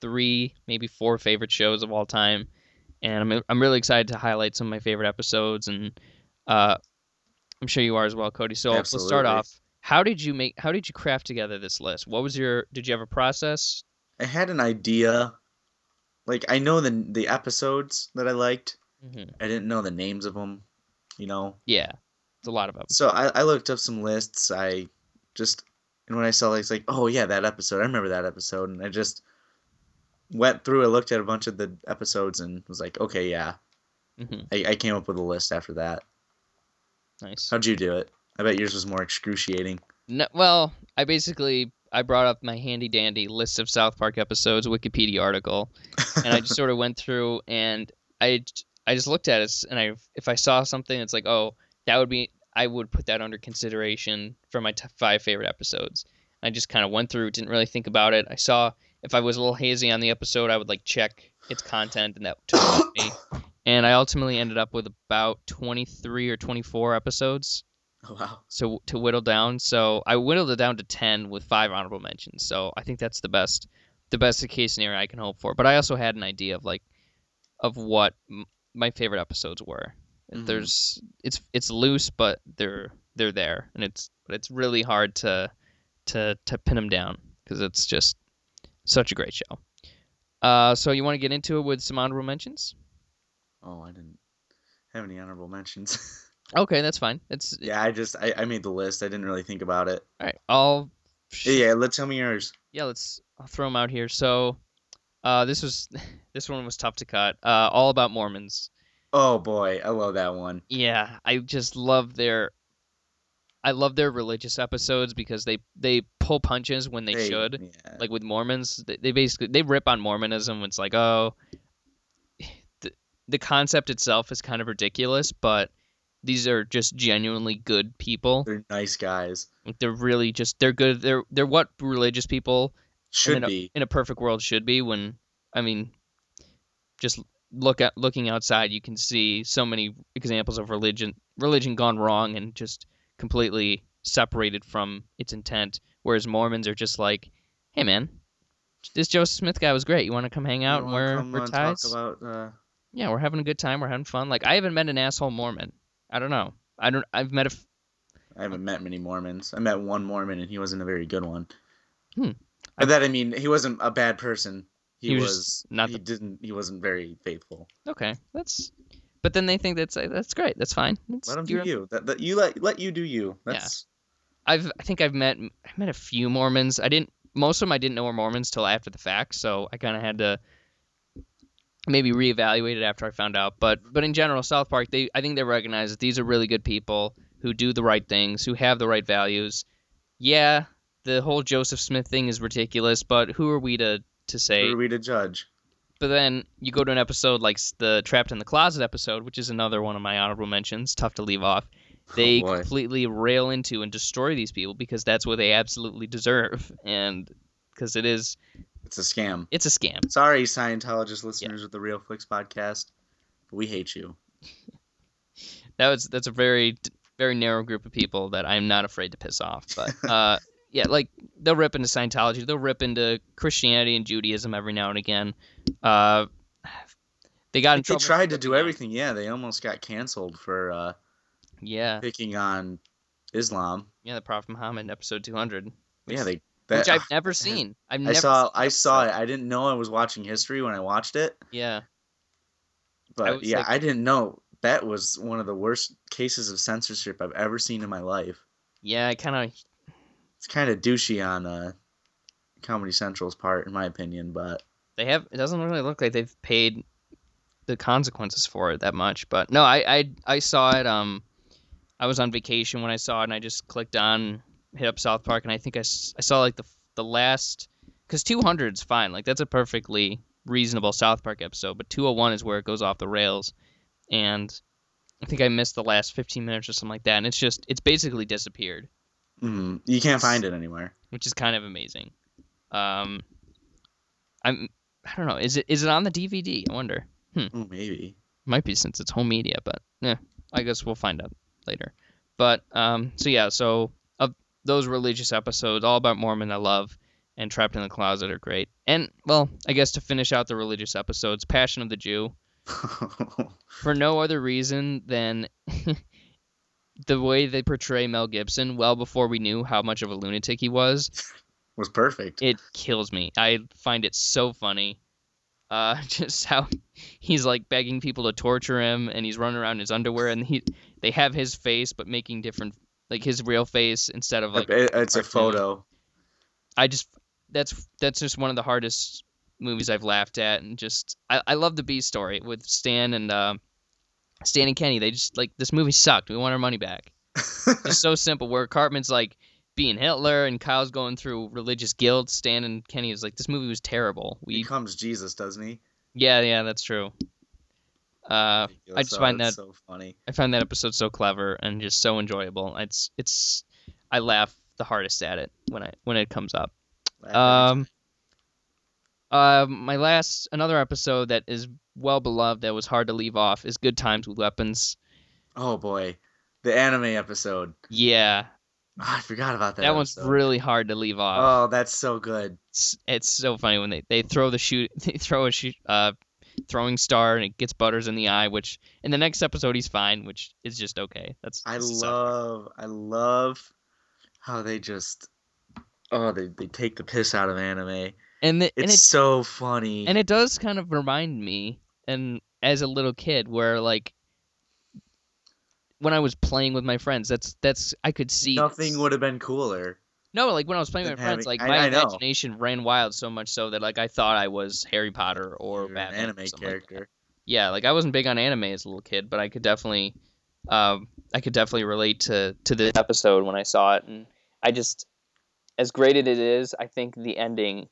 three, maybe four favorite shows of all time, and I'm I'm really excited to highlight some of my favorite episodes, and uh, I'm sure you are as well, Cody. So let's start
Absolutely.
off. How did you make? How did you craft together this list? What was your? Did you have a process?
I had an idea. Like I know the the episodes that I liked.
Mhm.
I didn't know the names of them. You know.
Yeah, it's a lot of them.
So I, I looked up some lists. I just and when I saw like it's like oh yeah that episode I remember that episode and I just went through. I looked at a bunch of the episodes and was like okay yeah
hmm
I, I came up with a list after that.
Nice.
How'd you do it? I bet yours was more excruciating.
No, well, I basically I brought up my handy dandy list of South Park episodes, Wikipedia article, and I just sort of went through and I j- I just looked at it s- and I if I saw something, it's like oh that would be I would put that under consideration for my t- five favorite episodes. I just kind of went through, didn't really think about it. I saw if I was a little hazy on the episode, I would like check its content, and that took me. And I ultimately ended up with about twenty three or twenty four episodes
Oh, wow.
so to whittle down. So I whittled it down to ten with five honorable mentions. So I think that's the best, the best case scenario I can hope for. But I also had an idea of like, of what m- my favorite episodes were.
Mhm.
There's it's it's loose, but they're they're there, and it's but it's really hard to to to pin them down because it's just such a great show. Uh, so you want to get into it with some honorable mentions?
Oh, I didn't have any honorable mentions.
Okay, that's fine. It's
yeah, I just I, I made the list. I didn't really think about it.
all right. I'll
Yeah, let's tell me yours.
yeah, let's I'll throw them out here. So, uh, this was this one was tough to cut. Uh, all about Mormons.
Oh boy, I love that one.
Yeah, I just love their, I love their religious episodes because they they pull punches when they, should.
Yeah.
Like with Mormons, they, they basically they rip on Mormonism. It's like oh, the the concept itself is kind of ridiculous, but these are just genuinely good people.
They're nice guys.
Like, They're really just they're good. They're they're what religious people
Should
then, uh,
be.
in a perfect world should be when I mean just look at looking outside you can see so many examples of religion religion gone wrong and just completely separated from its intent whereas Mormons are just like hey man this Joseph Smith guy was great you want to come hang out
You
and
wanna
we're,
come,
we're
uh, talk
ties
about uh,
yeah we're having a good time we're having fun like I haven't met an asshole Mormon I don't know I don't I've met a f-
I haven't met many Mormons. I met one Mormon and he wasn't a very good one.
Hmm.
But that I mean, he wasn't a bad person. He,
He was
was,
just not
he
the-
didn't he wasn't very faithful.
okay that's but then they think that's that's great that's fine That's-
Let him do
you're-
you. That, that you let let you do you. That's
I've I think I've met I met a few Mormons. I didn't most of them I didn't know were Mormons till after the fact, so I kind of had to maybe reevaluate it after I found out. But but in general, South Park they I think they recognize that these are really good people who do the right things, who have the right values. Yeah, the whole Joseph Smith thing is ridiculous, but who are we to to say?
who are we to judge?
But then you go to an episode like s- the Trapped in the Closet episode, which is another one of my honorable mentions, tough to leave off. They
Oh, boy.
completely rail into and destroy these people because that's what they absolutely deserve. And because it is,
It's a scam.
it's a scam.
Sorry, Scientologist listeners of the Real Flicks podcast, but we hate you.
That was, that's a very, very narrow group of people that I'm not afraid to piss off. But uh, yeah, like they'll rip into Scientology, they'll rip into Christianity and Judaism every now and again. Uh, they got in
They
trouble. for
tried to do
ripping on-
everything. Yeah, they almost got canceled for uh,
Yeah,
picking on Islam.
yeah, the Prophet Muhammad episode 200.
Yeah,
Which-
they. That,
which I've never seen. I've
I
never
saw.
seen
I
that
saw
episode.
it. I didn't know I was watching history when I watched it,
Yeah,
but
was
yeah,
like-
I didn't know that was one of the worst cases of censorship I've ever seen in my life.
yeah. I kind of
It's kind of douchey on uh, Comedy Central's part, in my opinion, but
they have. It doesn't really look like they've paid the consequences for it that much. But no, I I, I saw it. Um, I was on vacation when I saw it, and I just clicked on, hit up South Park, and I think I, s- I saw like the the last because 200's fine. Like that's a perfectly reasonable South Park episode, but 201 is where it goes off the rails, and I think I missed the last 15 minutes or something like that. And it's just it's basically disappeared.
mm, you can't find it anywhere.
which is kind of amazing. Um, I'm I don't know. Is it is it on the DVD? I wonder.
Oh, maybe.
Might be since it's home media, but yeah, I guess we'll find out later. But um, so yeah, so of those religious episodes, all about Mormon, I love, and Trapped in the Closet are great. And well, I guess to finish out the religious episodes, Passion of the Jew, for no other reason than the way they portray Mel Gibson, well before we knew how much of a lunatic he was,
was perfect.
it kills me. I find it so funny. Uh, just how he's like begging people to torture him, and he's running around in his underwear, and he they have his face, but making different like his real face instead of like
It- it's a
cartoon.
photo.
I just that's that's just one of the hardest movies I've laughed at, and just I, I love the B story with Stan and uh, Stan and Kenny. They just like this movie sucked. We want our money back. it's so simple. Where Cartman's like being Hitler and Kyle's going through religious guilt. Stan and Kenny is like this movie was terrible.
He
We
becomes Jesus, doesn't he?
yeah yeah that's true. Uh, I just
So
find
it's
that-
Oh, so funny.
I find that episode so clever and just so enjoyable. It's it's I laugh the hardest at it when I when it comes up. Um, uh, my last another episode that is well beloved that was hard to leave off is Good Times with Weapons.
oh boy, the anime episode.
Yeah,
Ah, I forgot about that.
that one's
episode.
really hard to leave off.
Oh, that's so good.
It's, it's so funny when they, they throw the shoot they throw a shoot uh throwing star and it gets Butters in the eye, which in the next episode he's fine, which is just okay. That's
I
that's a side-
love, I love how they just, oh, they, they take the piss out of anime.
and the,
It's
and it
so funny.
and it does kind of remind me and as a little kid where like when i was playing with my friends that's that's i could see
Nothing would have been cooler.
no like when i was playing with my
than
friends
having-
like
I-
my
I know.
imagination ran wild so much so that like i thought i was harry potter or
You're an
Batman or
anime
something like that.
character.
yeah like i wasn't big on anime as a little kid but i could definitely um i could definitely relate to to this episode when i saw it and i just as great as it is i think the ending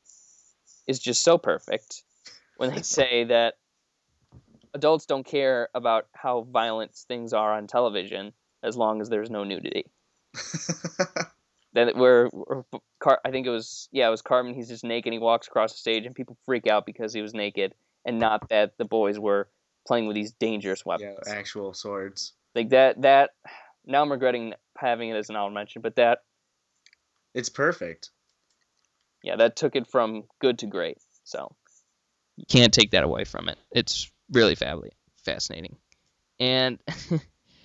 is just so perfect when they say that adults don't care about how violent things are on television as long as there's no nudity that where, where Car- I think it was yeah it was Carmen he's just naked he walks across the stage and people freak out because he was naked and not that the boys were playing with these dangerous
yeah,
weapons
actual swords.
like that that now I'm regretting having it as an honorable mention but that
It's perfect.
yeah that took it from good to great so you can't take that away from it it's really fably fascinating and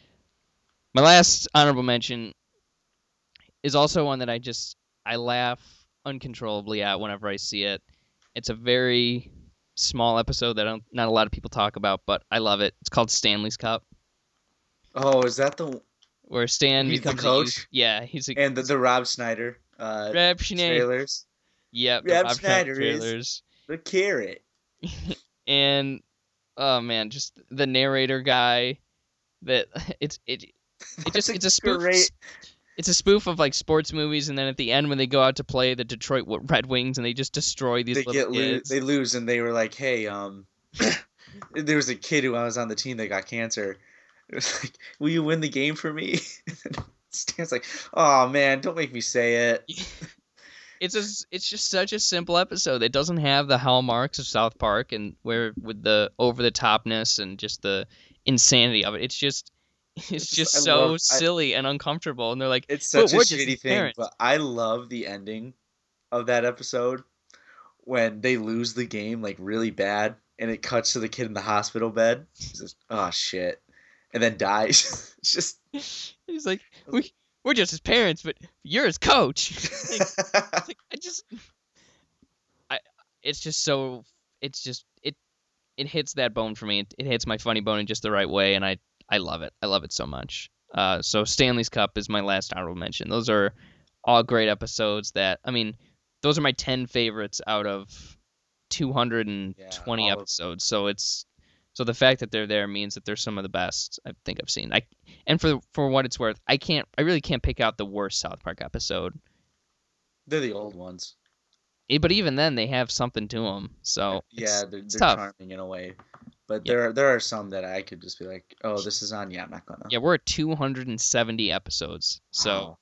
my last honorable mention is also one that i just i laugh uncontrollably at whenever i see it it's a very small episode that I don't, not a lot of people talk about but i love it it's called stanley's cup
Oh, is that the
where stan
He's the
becomes A
coach?
youth, yeah he's a
and the, the Rob Schneider uh,
Rap Schneider.
trailers?
Yep, the
Rap
Bob Schneider
Schneider is-
trailers.
The carrot.
and oh man, just the narrator guy that it's it it just
That's
it's a spoof
great-
it's a spoof of like sports movies and then at the end when they go out to play the Detroit Wa- Red Wings and they just destroy these
they
little
get lo-
kids.
they lose and they were like, hey, um, there was a kid who I was on the team that got cancer. It was like, will you win the game for me? Stan's like, oh man, don't make me say it.
It's a, s- it's just such a simple episode. It doesn't have the hallmarks of South Park and where with the over the topness and just the insanity of it. It's just it's
It's-
just
I
so
love- I-
silly and uncomfortable and they're like
It's
But
such a
we're just
shitty thing,
parents.
but I love the ending of that episode when they lose the game like really bad, and it cuts to the kid in the hospital bed. He's just, oh shit, and then dies. it's just
he's like we we're just his parents but you're his coach. Like, It's like, I just I it's just so it's just it it hits that bone for me. It, it hits my funny bone in just the right way and I I love it. I love it so much. Uh so Stanley's Cup is my last honorable mention. Those are all great episodes that I mean, those are my 10 favorites out of 220
all of-
episodes. So it's so the fact that they're there means that they're some of the best I think I've seen. I and for for what it's worth, I can't I really can't pick out the worst South Park episode
they're the old ones.
Eh, but even then, they have something to them. So
yeah,
Oh, it's-
they're,
it's
they're
tough.
charming in a way, but
Yeah.
there are, there are some that I could just be like, oh, this is on. Yeah, I'm not gonna.
yeah, we're at 270 episodes. So,
Wow.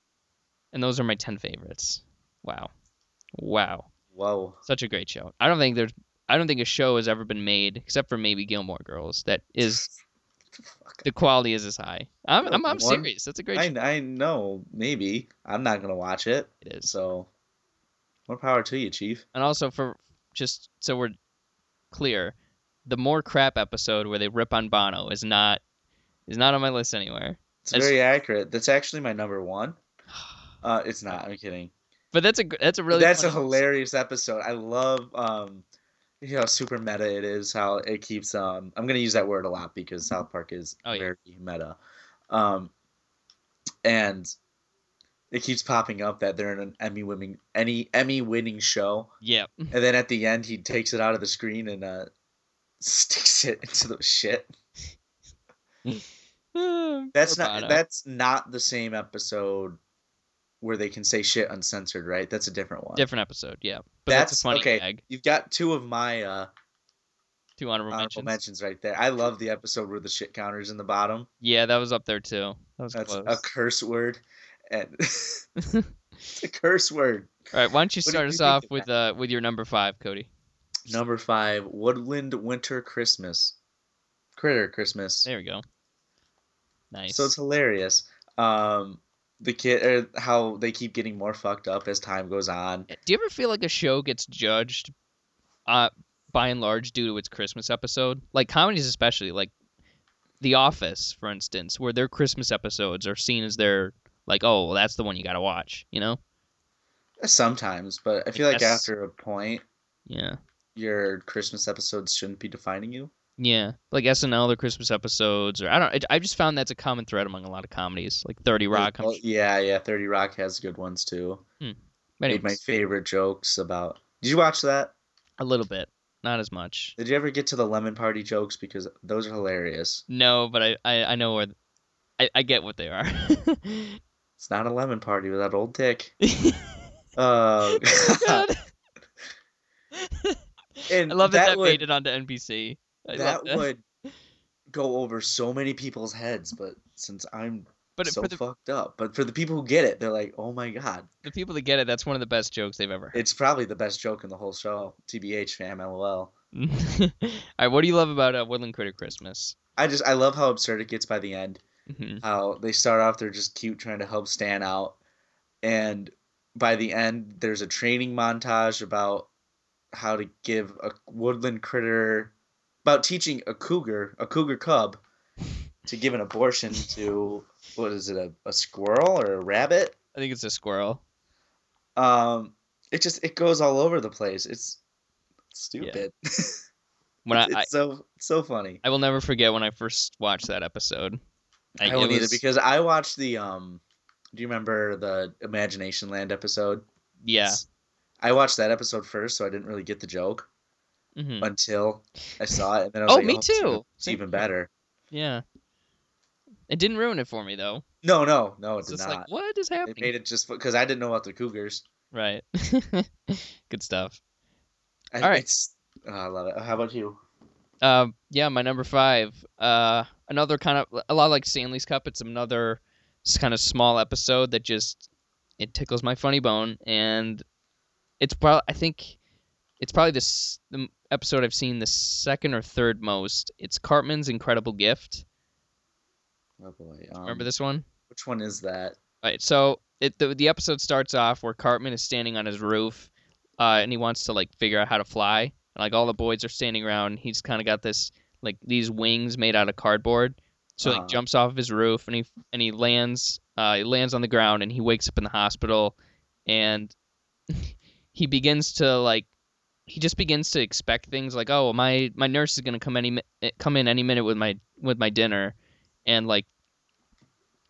and those are my 10 favorites. Wow, wow,
whoa,
such a great show. I don't think there's, I don't think a show has ever been made except for maybe Gilmore Girls that is
Fuck.
The quality is as high. I'm I'm, I'm
One-
serious. That's a great.
I, I know, maybe. I'm not going to watch it.
show. It is.
So, more power to you, Chief.
And also for just so we're clear, the more crap episode where they rip on Bono is not is not on my list anywhere.
It's
That's-
very accurate. That's actually my number one. Uh, it's not. I'm kidding.
But that's a gr- that's a really
That's a
funny-
hilarious episode. I love um, you know, how super meta it is. How it keeps um, I'm gonna use that word a lot because South Park is
Oh, yeah.
very meta, um, and it keeps popping up that they're in an Emmy winning any Emmy winning show,
Yeah,
and then at the end he takes it out of the screen and uh, sticks it into the shit. That's
Poor
not
Bono.
that's not the same episode where they can say shit uncensored, right? That's a different one.
different episode. Yeah, but that's,
that's,
a funny
okay.
gag.
You've got two of my uh,
Two honorable,
honorable
mentions.
mentions right there. I love the episode where the shit counter's in the bottom.
Yeah, that was up there too. That was
That's
close.
a curse word, and it's a curse word.
All right, why don't you
What did
start
you
us
think
off
of
with uh with your number five, Cody?
Number five, Woodland Winter Christmas, Critter Christmas.
There we go. Nice.
So it's hilarious. Um, the kid, or how they keep getting more fucked up as time goes on.
Do you ever feel like a show gets judged, uh, by and large, due to its Christmas episode? Like comedies, especially like The Office, for instance, where their Christmas episodes are seen as their like, oh, well, that's the one you gotta watch. You know?
Sometimes, but I feel like
guess-
after a point,
Yeah.
your Christmas episodes shouldn't be defining you.
Yeah, like SNL, their Christmas episodes, or I don't. I I just found that's a common thread among a lot of comedies, like Thirty Rock. I'm
Well, yeah, yeah. Thirty Rock has good ones too.
but
Made my
anyways,
favorite jokes about. Did you watch that?
a little bit, not as much.
Did you ever get to the lemon party jokes? Because those are hilarious.
No, but I, I, I know where. I, I get what they are.
It's not a lemon party without old dick.
Oh,
Uh,
God.
and
I love that that,
would,
made it onto NBC. I love
that
that.
would go over so many people's heads, but since I'm
but
so
for the,
fucked up, but for the people who get it, they're like, "Oh my god,
the people that get it, that's one of the best jokes they've ever heard.
it's probably the best joke in the whole show." Tbh, fam,
All
lol.
right, what do you love about uh, Woodland Critter Christmas?
I just I love how absurd it gets by the end.
Mhm.
how they start off they're just cute trying to help Stan out and by the end there's a training montage about how to give a woodland critter about teaching a cougar a cougar cub to give an abortion to what is it a, a squirrel or a rabbit
I think it's a squirrel.
um it just it goes all over the place it's stupid
When I,
it's
I,
so so funny
I will never forget when I first watched that episode. Like,
I don't
it
need it
was-
because I watched the um do you remember the Imagination Land episode
yeah,
It's- I watched that episode first, so I didn't really get the joke
mhm.
until I saw it, and then I was
Oh,
like,
me
it's even-
too.
It's even better."
yeah. It didn't ruin it for me though.
No, no, no, it
It's
did
just
not.
like what is
they
happening?
made it just because I didn't know about the Cougars.
Right. Good stuff.
I,
All right.
it's- oh, I love it. How about you?
Um, yeah, my number five. Uh, another kind of a lot like Stanley's Cup. It's another kind of small episode that just it tickles my funny bone, and it's probably I think it's probably this the m- episode I've seen the second or third most. It's Cartman's Incredible Gift.
Oh boy, um,
Remember this one?
Which one is that?
All right, so it the, the episode starts off where Cartman is standing on his roof, uh, and he wants to like figure out how to fly. And, like all the boys are standing around, and he's kind of got this like these wings made out of cardboard. So he
Uh-huh.
jumps off of his roof and he and he lands uh, he lands on the ground and he wakes up in the hospital, and he begins to like he just begins to expect things like oh my my nurse is gonna come any mi- come in any minute with my with my dinner, and like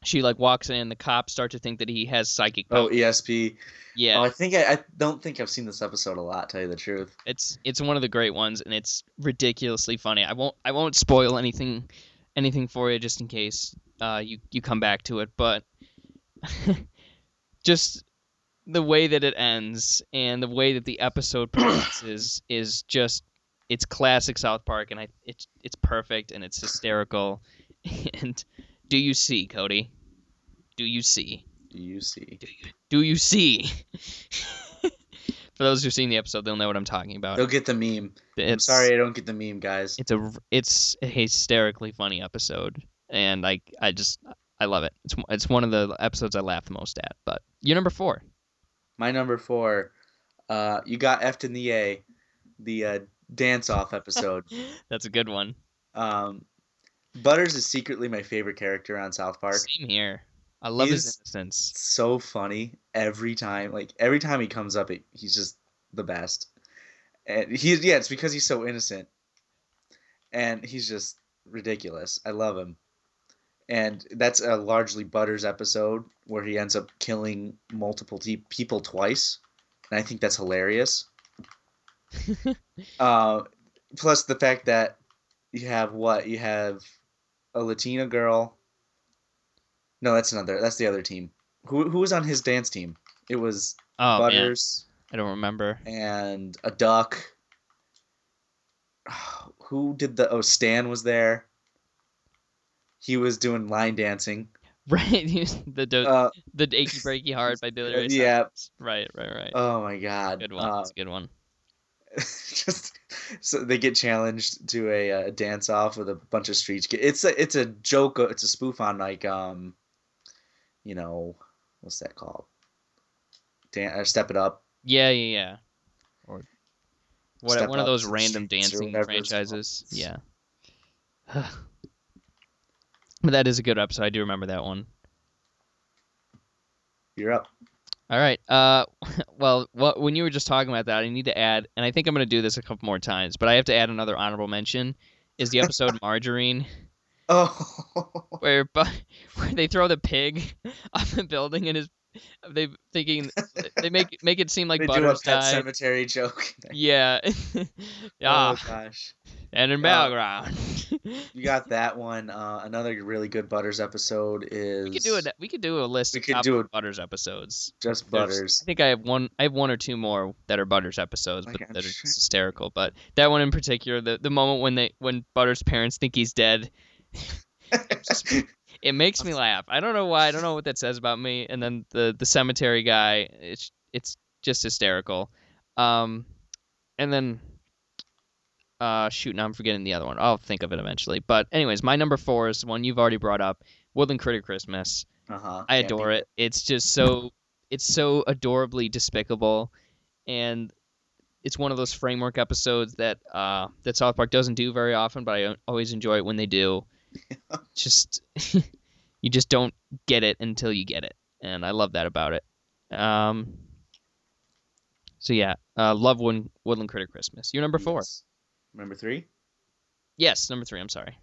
she like walks in and the cops start to think that he has psychic
Oh,
powers.
ESP.
yeah
Oh, I think I, I don't think I've seen this episode a lot. Tell you the truth.
it's it's one of the great ones and it's ridiculously funny i won't i won't spoil anything anything for you just in case uh you you come back to it but just the way that it ends and the way that the episode progresses is just it's classic south park and i it's it's perfect and it's hysterical and do you see cody do you see
Do you see?
do you see For those who've seen the episode, they'll know what I'm talking about.
They'll get the meme. I'm
It's-
sorry I don't get the meme, guys.
it's a it's a hysterically funny episode, and like I just I love it. It's it's one of the episodes I laugh the most at. But you're number four.
My number four, uh, you got F in the A, the uh, dance off episode.
That's a good one.
um, Butters is secretly my favorite character on South Park.
Same here. I love
He's-
his innocence.
It's so funny every time. Like every time he comes up, it, he's just the best. And he yeah, it's because he's so innocent, and he's just ridiculous. I love him. And that's a largely Butters episode where he ends up killing multiple te- people twice, and I think that's hilarious. uh, plus the fact that you have what you have a Latina girl. No, that's another. That's the other team. Who who was on his dance team? It was
Oh man,
Butters
I don't remember.
and a duck. Who did the? Oh, Stan was there. He was doing line dancing.
Right, he was- the do-
Uh,
the achy breaky hard by Billy Ray. Cyrus.
yeah.
Right, right, right.
Oh my god.
good one.
Uh,
That's a good one.
just so they get challenged to a uh, dance off with a bunch of street kids. It's a it's a joke. uh, It's a spoof on like um, you know, what's that called? Dan- or Step It Up.
Yeah, yeah, yeah. Or what,
Step
one of
Up
those
to the
random
Streets or
dancing
whatever it's called.
franchises. Yeah. but that is a good episode. I do remember that one.
You're up.
All right. Uh, well, what, when you were just talking about that, I need to add, and I think I'm going to do this a couple more times, but I have to add another honorable mention. Is the episode Margarine,
Oh,
where Bu- where they throw the pig off the building and is they thinking they make make it seem like
they do a
Butters
Pet
died.
Cemetery joke.
Yeah, Ah. yeah,
Oh gosh.
and in
yeah.
background.
You got that one. Uh, another really good Butters episode is
we could do a we could do a list.
We
of
could
top
do a-
Butters episodes.
just
There's-
Butters.
I think I have one. I have one or two more that are Butters episodes,
Like,
but
I'm
that are
sure-
just hysterical. But that one in particular, the the moment when they when Butters' parents think he's dead, it makes me laugh. I don't know why. I don't know what that says about me. And then the the cemetery guy, it's it's just hysterical. Um, and then, uh, shoot, now I'm forgetting the other one. I'll think of it eventually. But anyways, my number four is the one you've already brought up, Woodland Critter Christmas.
uh-huh.
I
can't
adore
beat
it. It's just so it's so adorably despicable, and it's one of those framework episodes that uh, that South Park doesn't do very often, but I always enjoy it when they do. just you just don't get it until you get it, and I love that about it. Um, so yeah, uh, love Wood- Woodland Critter Christmas. You're number four.
Yes. Number three.
Yes, number three. I'm sorry.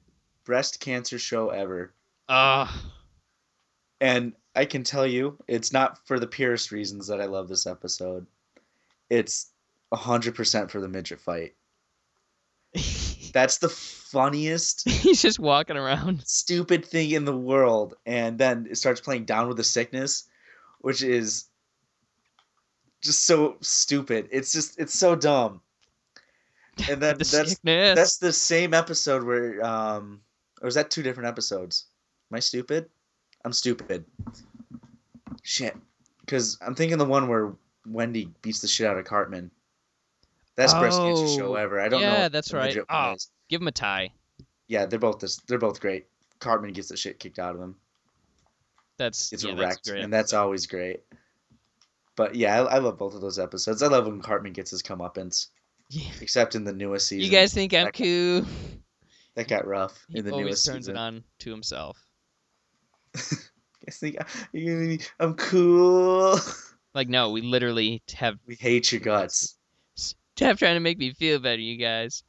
Breast cancer show ever.
Uh,
And I can tell you, it's not for the purest reasons that I love this episode. It's 100% for the midget fight.
he's
That's the funniest,
just walking around.
stupid thing in the world. And then it starts playing Down with the Sickness, which is just so stupid. It's just, it's so dumb. And then
The
that's
sickness.
that's the same episode where um or is that two different episodes? Am I stupid? I'm stupid. Shit. Cause I'm thinking the one where Wendy beats the shit out of Cartman. That's breast cancer show
Oh,
ever. I don't know.
yeah,
what
that's
the
right.
midget one
Oh.
is.
Give him a tie.
Yeah, they're both this they're both great. Cartman gets the shit kicked out of him.
That's
It's
yeah,
wrecked.
that's great.
and that's always great. But yeah, I, I love both of those episodes. I love when Cartman gets his comeuppance.
Yeah.
Except in the newest season.
You guys think I'm
That-
cool?
that got rough
He
in the
always
newest
turns
season.
it on to himself.
I think you're gonna be, I'm cool.
Like no, we literally have
We hate your guts.
have trying to make me feel better, you guys.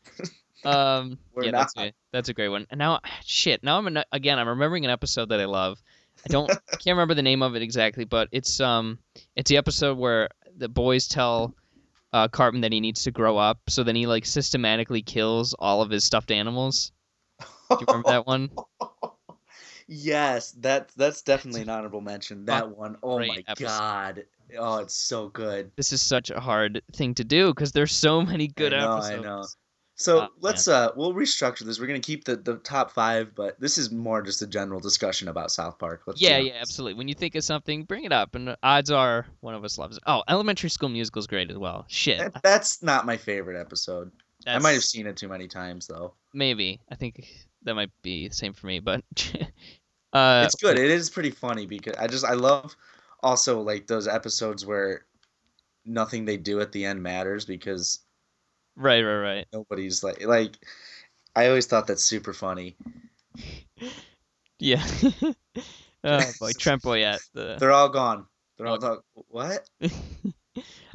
Um,
We're
yeah, that's
not.
a, that's a great one. And now, shit, now I'm an, again. I'm remembering an episode that I love. I don't, I can't remember the name of it exactly, but it's um, it's the episode where the boys tell uh, Cartman that he needs to grow up. So then he like systematically kills all of his stuffed animals. Do you remember that one?
yes, that that's definitely an honorable mention. That one. Oh
great
my
episode.
god. Oh, it's so good.
this is such a hard thing to do because there's so many good
I know, I
episodes.
know. So
Oh,
let's uh we'll restructure this. We're gonna keep the, the top five, but this is more just a general discussion about South Park. Let's do
yeah,
that.
yeah, absolutely. When you think of something, bring it up, and odds are one of us loves it. Oh, Elementary School Musical is great as well. Shit,
That- that's not my favorite episode. I might have
that's-
seen it too many times though.
maybe. I think that might be the same for me, but uh,
it's good. It is pretty funny because I just I love also like those episodes where nothing they do at the end matters because
right, right, right.
nobody's like like I always thought that's super funny.
Yeah. oh boy, Trent Boyette. The...
They're all gone. They're all like, what?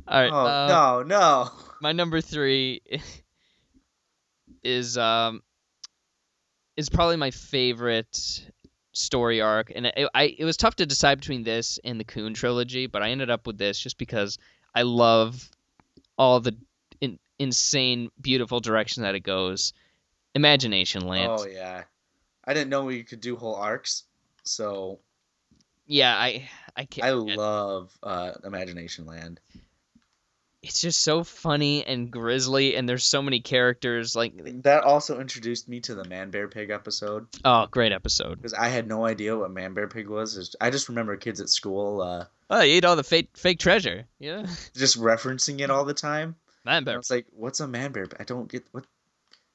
All right.
Oh
uh,
no, no.
my number three is um is probably my favorite story arc, and it, I it was tough to decide between this and the Coon trilogy, but I ended up with this just because I love all the in, insane, beautiful direction that it goes. Imagination land.
Oh yeah. I didn't know we could do whole arcs. So
yeah. I I can't.
I love uh, Imagination Land.
it's just so funny and grisly, and there's so many characters. Like,
That also introduced me to the Man Bear Pig episode
oh, great episode.
because I had no idea what Man Bear Pig was. It's- I just remember kids at school uh,
Oh, you eat all the fake fake treasure. Yeah,
just referencing it all the time.
man,
And I
bear
was like, "What's a Man Bear? Pig? I don't get what.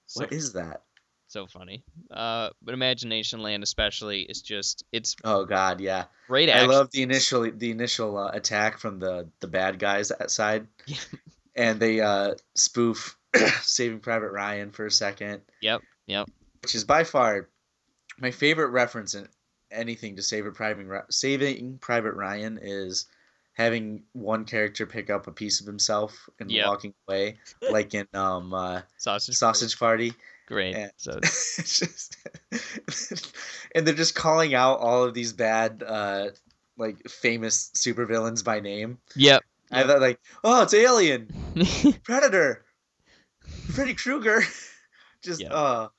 So,
What is that?
so funny. Uh, but Imagination Land, especially, is just it's
Oh God, yeah.
great.
I
Action.
love the initial the initial uh, attack from the the bad guys that side,
Yeah.
and they uh, spoof Saving Private Ryan for a second.
Yep, yep.
Which is by far my favorite reference in anything to Saving Private Ri- Saving Private Ryan is having one character pick up a piece of himself and
Yep.
walking away, like in um uh,
sausage.
Sausage Party.
Great.
and-
So
It's just- and they're just calling out all of these bad uh like famous supervillains by name.
yep.
I thought like, oh, it's Alien, Predator, Freddy Krueger. just
Yeah.
oh,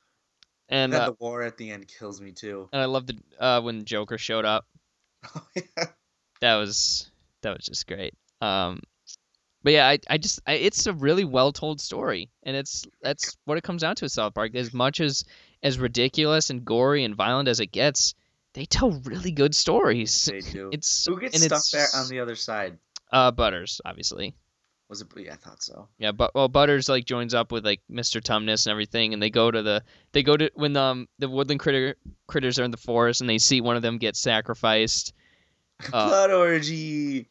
and
and
then
uh,
the war at the end kills me too. Oh,
and I love the uh, when Joker showed up. That was that was just great. Um, but yeah, I, I just I, it's a really well told story, and it's that's what it comes down to. With South Park, as much as as ridiculous and gory and violent as it gets, they tell really good stories.
they do.
It's
Who gets
and
stuck
it's,
there on the other side?
uh, Butters, obviously.
Was it? Yeah, I thought so.
Yeah, but well, Butters like joins up with like Mr. Tumnus and everything, and they go to the they go to when um the woodland critter critters are in the forest and they see one of them get sacrificed. Uh,
Blood orgy.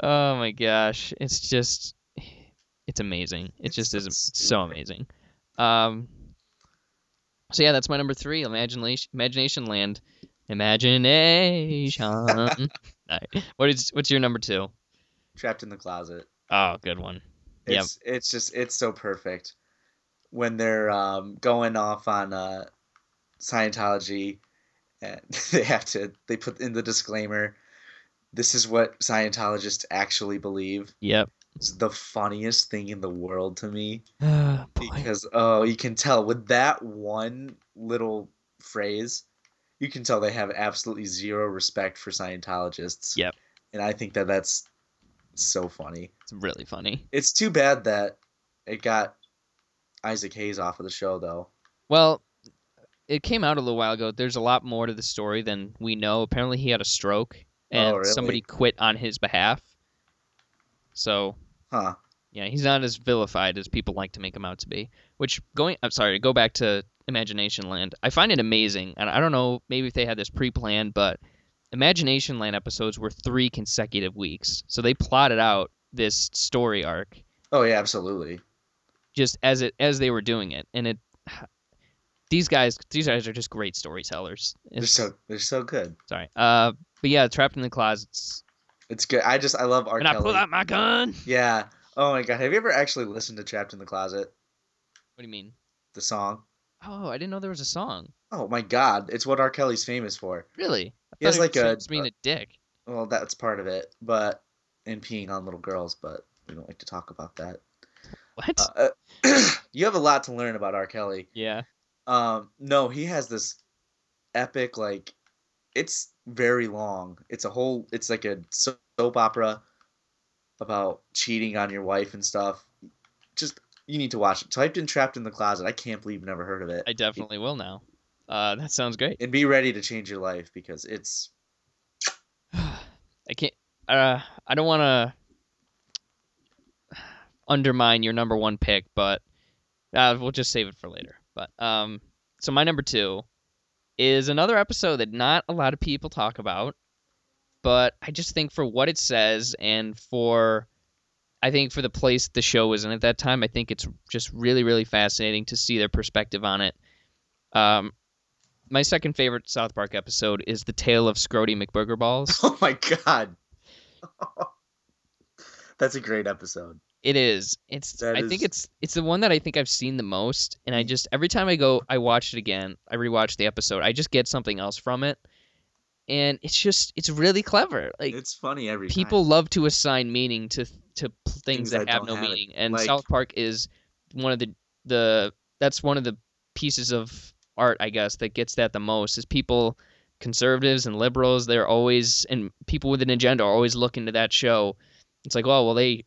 oh my gosh, it's just it's amazing. It
It's
just
so
is it's so
stupid.
amazing. Um, so yeah, that's my number three, imagination, imagination land, imagination. All right. What is what's your number two?
Trapped in the closet.
Oh, good one. Yeah.
It's it's just it's so perfect when they're um, going off on uh, Scientology, and they have to they put in the disclaimer. This is what Scientologists actually believe.
Yep.
It's the funniest thing in the world to me
Oh, boy.
because oh, you can tell with that one little phrase, you can tell they have absolutely zero respect for Scientologists.
Yep.
and I think that that's so funny
It's really funny.
it's too bad that it got Isaac Hayes off of the show, though.
Well, it came out a little while ago. There's a lot more to the story than we know. Apparently, he had a stroke, and
Oh, really?
somebody quit on his behalf. So,
Huh?
yeah, he's not as vilified as people like to make him out to be. Which going, I'm sorry, to go back to Imagination Land. I find it amazing, and I don't know, maybe if they had this pre-planned, but Imagination Land episodes were three consecutive weeks, so they plotted out this story arc
Oh yeah, absolutely.
just as it as they were doing it, and it. These guys, these guys are just great storytellers.
They're
It's-
so they're so good.
Sorry. Uh, but yeah, trapped in the closets.
It's good. I just I love R.
And I
Kelly.
pull out my gun. What
Yeah. Oh my god. Have you ever actually listened to Trapped in the Closet,
do you mean?
the song?
Oh, I didn't know there was a song.
Oh my god, it's what R. Kelly's famous for.
Really? I
He has
thought
like
was
a- uh,
just being a dick.
Well, that's part of it, but and peeing on little girls, but we don't like to talk about that.
What?
Uh, uh, you have a lot to learn about R. Kelly.
yeah.
Um, no, he has this epic like it's very long. It's a whole it's like a soap opera about cheating on your wife and stuff. Just You need to watch it. Typed in Trapped in the Closet. I can't believe you've never heard of it.
I definitely will now. Uh, that sounds great.
And be ready to change your life because it's
I can't. Uh, I don't want to undermine your number one pick, but uh, we'll just save it for later. But um, so my number two is another episode that not a lot of people talk about, but I just think for what it says and for, I think for the place the show was in at that time, I think it's just really really fascinating to see their perspective on it. Um, my second favorite South Park episode is the tale of Scrody McBurger Balls.
oh my god. That's a great episode.
It is. It's.
That
I think
is-
it's. It's the one that I think I've seen the most, and I just every time I go, I watch it again. I rewatch the episode. I just get something else from it, and it's just. It's really clever. Like
It's funny every
people
time.
love to assign meaning to to p- things,
Things
that
that
have no
don't have it.
meaning, and
Like-
South Park is one of the the. That's one of the pieces of art, I guess, that gets that the most is people, conservatives and liberals. They're always and people with an agenda are always looking to that show. It's like, oh well, they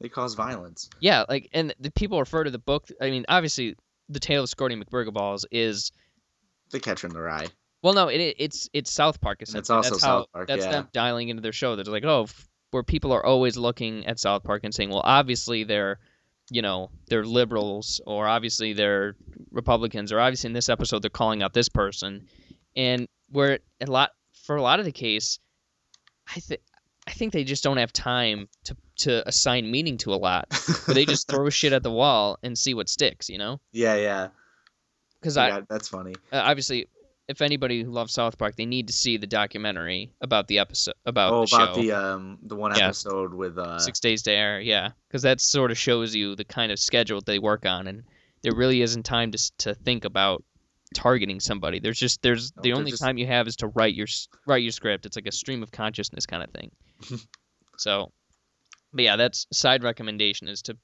They cause violence.
yeah, like, and the people refer to the book. I mean, obviously, the tale of Scotty McBurger Balls is
The catcher in the rye.
well, no, it it's it's South Park.
it's
essentially.
also
that's
South
how,
Park,
That's
yeah.
them dialing into their show. That's like, oh, f- where people are always looking at South Park and saying, well, obviously they're, you know, they're liberals or obviously they're Republicans or obviously in this episode they're calling out this person, and where a lot for a lot of the case, I think. I think they just don't have time to, to assign meaning to a lot. where they just throw shit at the wall and see what sticks, you know?
yeah, yeah.
Because I
yeah that's funny.
uh, obviously, if anybody who loves South Park, they need to see the documentary about the episode about
oh,
the
about
show
the um the one
Yeah.
episode with uh
six days to air. Yeah, because that sort of shows you the kind of schedule they work on, and there really isn't time to s- to think about targeting somebody. There's just there's
No,
the
they're
only
just-
time you have is to write your s- write your script. It's like a stream of consciousness kind of thing. so, but yeah, that's side recommendation is to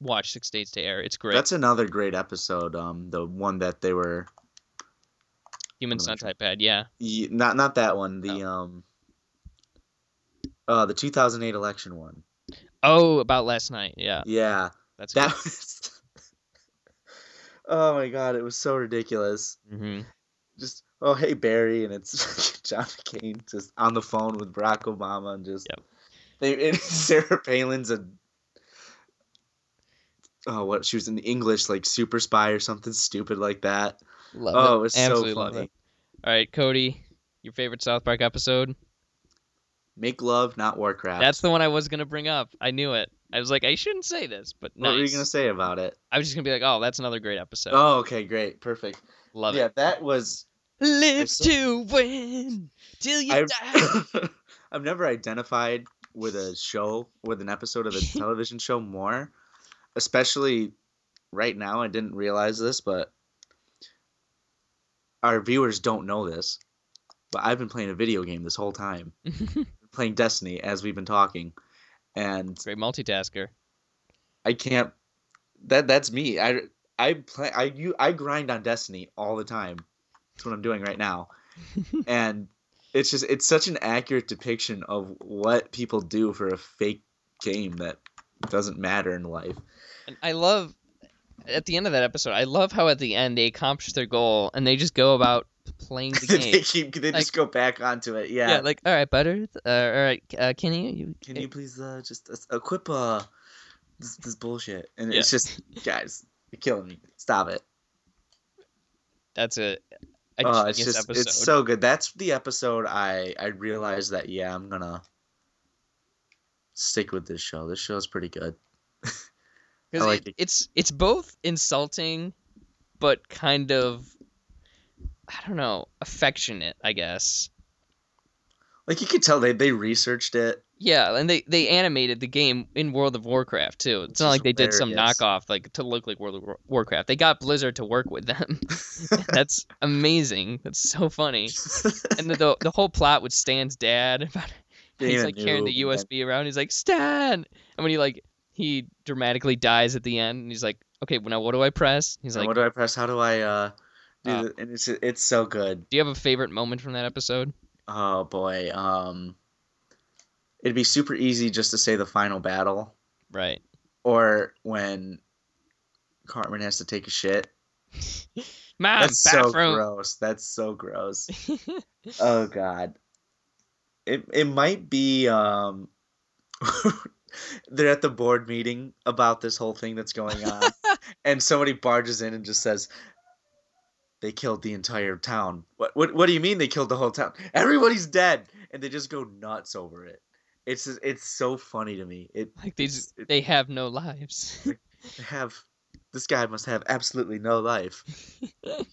watch Six Days to Air. It's great.
That's another great episode. Um, the one that they were
Humans on
another
Typepad. Yeah.
y- not not that one. The um, uh, the 2008 election one.
Oh, about last night. Yeah,
Yeah,
that's
that was. oh my god, it was so ridiculous.
hmm
Just oh hey Barry, and it's John McCain just on the phone with Barack Obama, and just
Yep.
they and Sarah Palin's a. Oh, what she was an English like super spy or something stupid like that.
Love
oh,
it.
it was
Absolutely
so
love
funny.
it. All right, Cody, your favorite South Park episode?
Make love, not Warcraft.
That's the one I was gonna bring up. I knew it. I was like, I shouldn't say this, but
what
nice.
were you gonna say about it?
I was just gonna be like, oh, that's another great episode.
Oh, okay, great, perfect.
Love
yeah,
it.
that was.
Lives
so-
to win till you
I've,
die.
I've never identified with a show, with an episode of a television show more, especially right now. I didn't realize this, but our viewers don't know this. But I've been playing a video game this whole time, playing Destiny as we've been talking, and
great multitasker.
I can't. That that's me. I I play. I you. I grind on Destiny all the time. That's what I'm doing right now, and it's just it's such an accurate depiction of what people do for a fake game that doesn't matter in life.
And I love at the end of that episode. I love how at the end they accomplish their goal and they just go about playing the
they
game.
keep. They
Like-
just go back onto it. Yeah.
yeah. like all right, butter. Uh, all right, uh, Kenny, you,
Can you please uh, just uh, equip uh this, this bullshit? And it's just guys, you're killing me. Stop it.
That's a, a
Oh,
genius
it's just
episode.
it's so good. That's the episode I I realized that yeah, I'm gonna stick with this show. This show's pretty good.
'Cause
I like
it-
it.
It's it's both insulting, but kind of, I don't know, affectionate, I guess.
Like you could tell they they researched it.
Yeah, and they, they animated the game in World of Warcraft too. It's
Which
not
is
like they did some
hilarious.
knockoff like to look like World of War- Warcraft. They got Blizzard to work with them. That's amazing. That's so funny. And the, the the whole plot with Stan's dad about
Being
he's
a
like carrying the
noob and
USB around. He's like Stan, and when he like he dramatically dies at the end, and he's like, okay, well, now what do I press? He's
then,
like,
what do I press? How do I uh do
Uh,
the, and it's it's so good.
Do you have a favorite moment from that episode?
Oh boy. Um it'd be super easy just to say the final battle
Right.
or when Cartman has to take a shit.
Mom,
That's so
Ah, bathroom.
gross. That's so gross. oh god. It it might be um they're at the board meeting about this whole thing that's going on and somebody barges in and just says they killed the entire town. What what what do you mean they killed the whole town? Everybody's dead and they just go nuts over it. It's just- it's so funny to me. It
like they just, they have no lives.
have this guy must have absolutely no life. he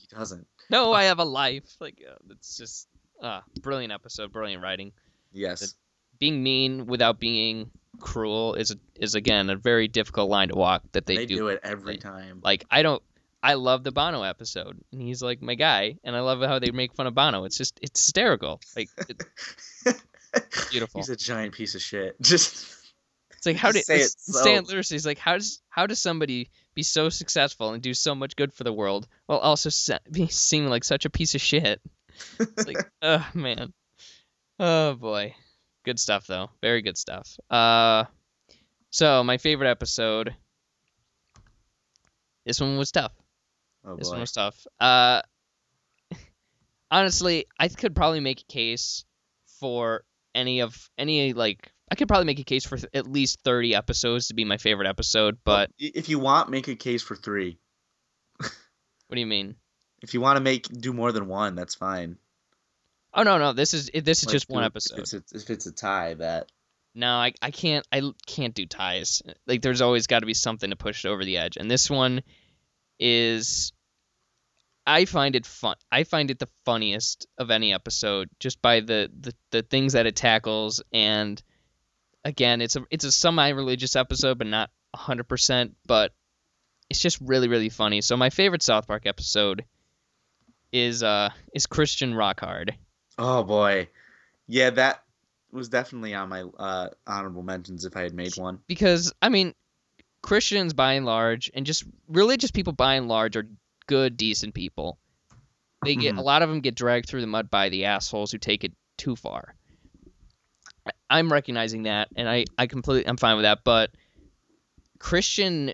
doesn't.
no, I have a life. Like uh, it's just uh brilliant episode, brilliant writing.
Yes.
Being mean without being cruel is is again a very difficult line to walk that
They,
they,
do, it every
they-
time.
Like I don't I love the Bono episode and he's like my guy and I love how they make fun of Bono. It's just it's hysterical. Like it- beautiful.
He's a giant piece of shit. Just
It's like how did
Say it
it's-
slow.
Stan literally is like how does how does somebody be so successful and do so much good for the world while also se- be seeming like such a piece of shit? It's like oh man, oh boy, good stuff though, very good stuff. Uh, so my favorite episode. This one was tough.
oh
This one
boy.
was tough. Uh, honestly, I could probably make a case for any of any like I could probably make a case for th- at least thirty episodes to be my favorite episode.
Oh.
But
I- if you want, make a case for three.
what do you mean?
If you want to make do more than one, that's fine.
Oh no, no, this is it- this is
Like,
just one
do-
episode.
If it's, a, if it's a tie, that
No, I I can't I l- can't do ties. Like there's always got to be something to push it over the edge, and this one is. I find it fun. I find it the funniest of any episode, just by the, the, the things that it tackles. And again, it's a it's a semi-religious episode, but not 100. percent But it's just really really funny. So my favorite South Park episode is uh is Christian Rockhard.
oh boy, yeah, that was definitely on my uh, honorable mentions if I had made one.
because I mean, Christians by and large, and just religious people by and large, are good, decent people. They get a lot of them get dragged through the mud by the assholes who take it too far. I- I'm recognizing that, and I I completely I'm fine with that. But Christian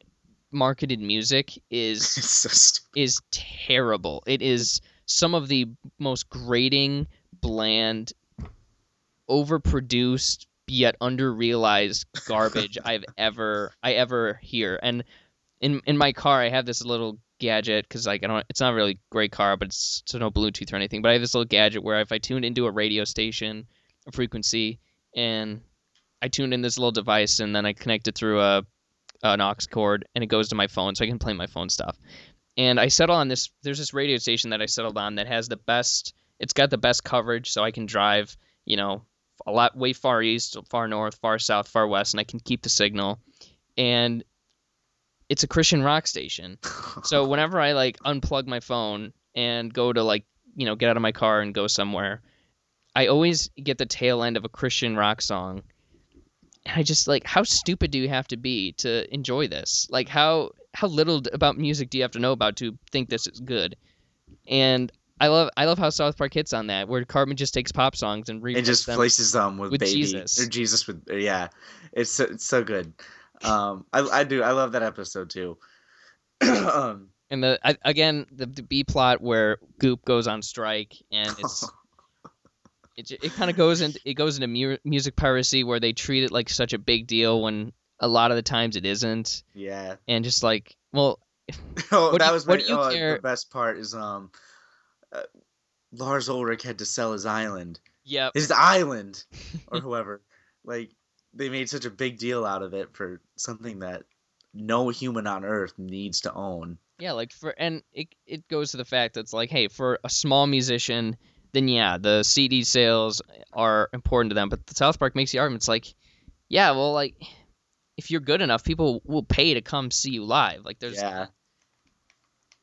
marketed music is
It's so stupid.
is terrible. It is some of the most grating, bland, overproduced yet underrealized garbage I've ever I ever hear. And in in my car, I have this little gadget because like I don't. It's not a really great car, but it's, it's no Bluetooth or anything. But I have this little gadget where if I tune into a radio station, a frequency, and I tune in this little device, and then I connect it through a an aux cord, and it goes to my phone, so I can play my phone stuff and I settle on this. There's this radio station that I settled on that has the best. It's got the best coverage, so I can drive. You know, a lot way far east, far north, far south, far west, and I can keep the signal. And it's a Christian rock station, so whenever I like unplug my phone and go to like you know get out of my car and go somewhere, I always get the tail end of a Christian rock song. And I just like how stupid do you have to be to enjoy this? Like how how little d- about music do you have to know about to think this is good? And I love I love how South Park hits on that where Cartman just takes pop songs and
It
replays
just
them.
places them with,
with
baby
Jesus.
or Jesus with uh, yeah. It's so, it's so good. Um, I I do I love that episode too. um,
and the I, again the, the B plot where Goop goes on strike and it's it, ju- it kind of goes into it goes into mu- music piracy where they treat it like such a big deal when a lot of the times it isn't
yeah.
and just like well What
Oh,
do
that
you-
was
what
my-
do you
oh,
care-
the best part is um uh, Lars Ulrich had to sell his island.
yeah
His island or whoever. Like they made such a big deal out of it for something that no human on earth needs to own.
yeah like for and it it goes to the fact that's like hey for a small musician then yeah the CD sales are important to them but the South Park makes the argument it's like yeah well like if you're good enough people will pay to come see you live like there's
yeah.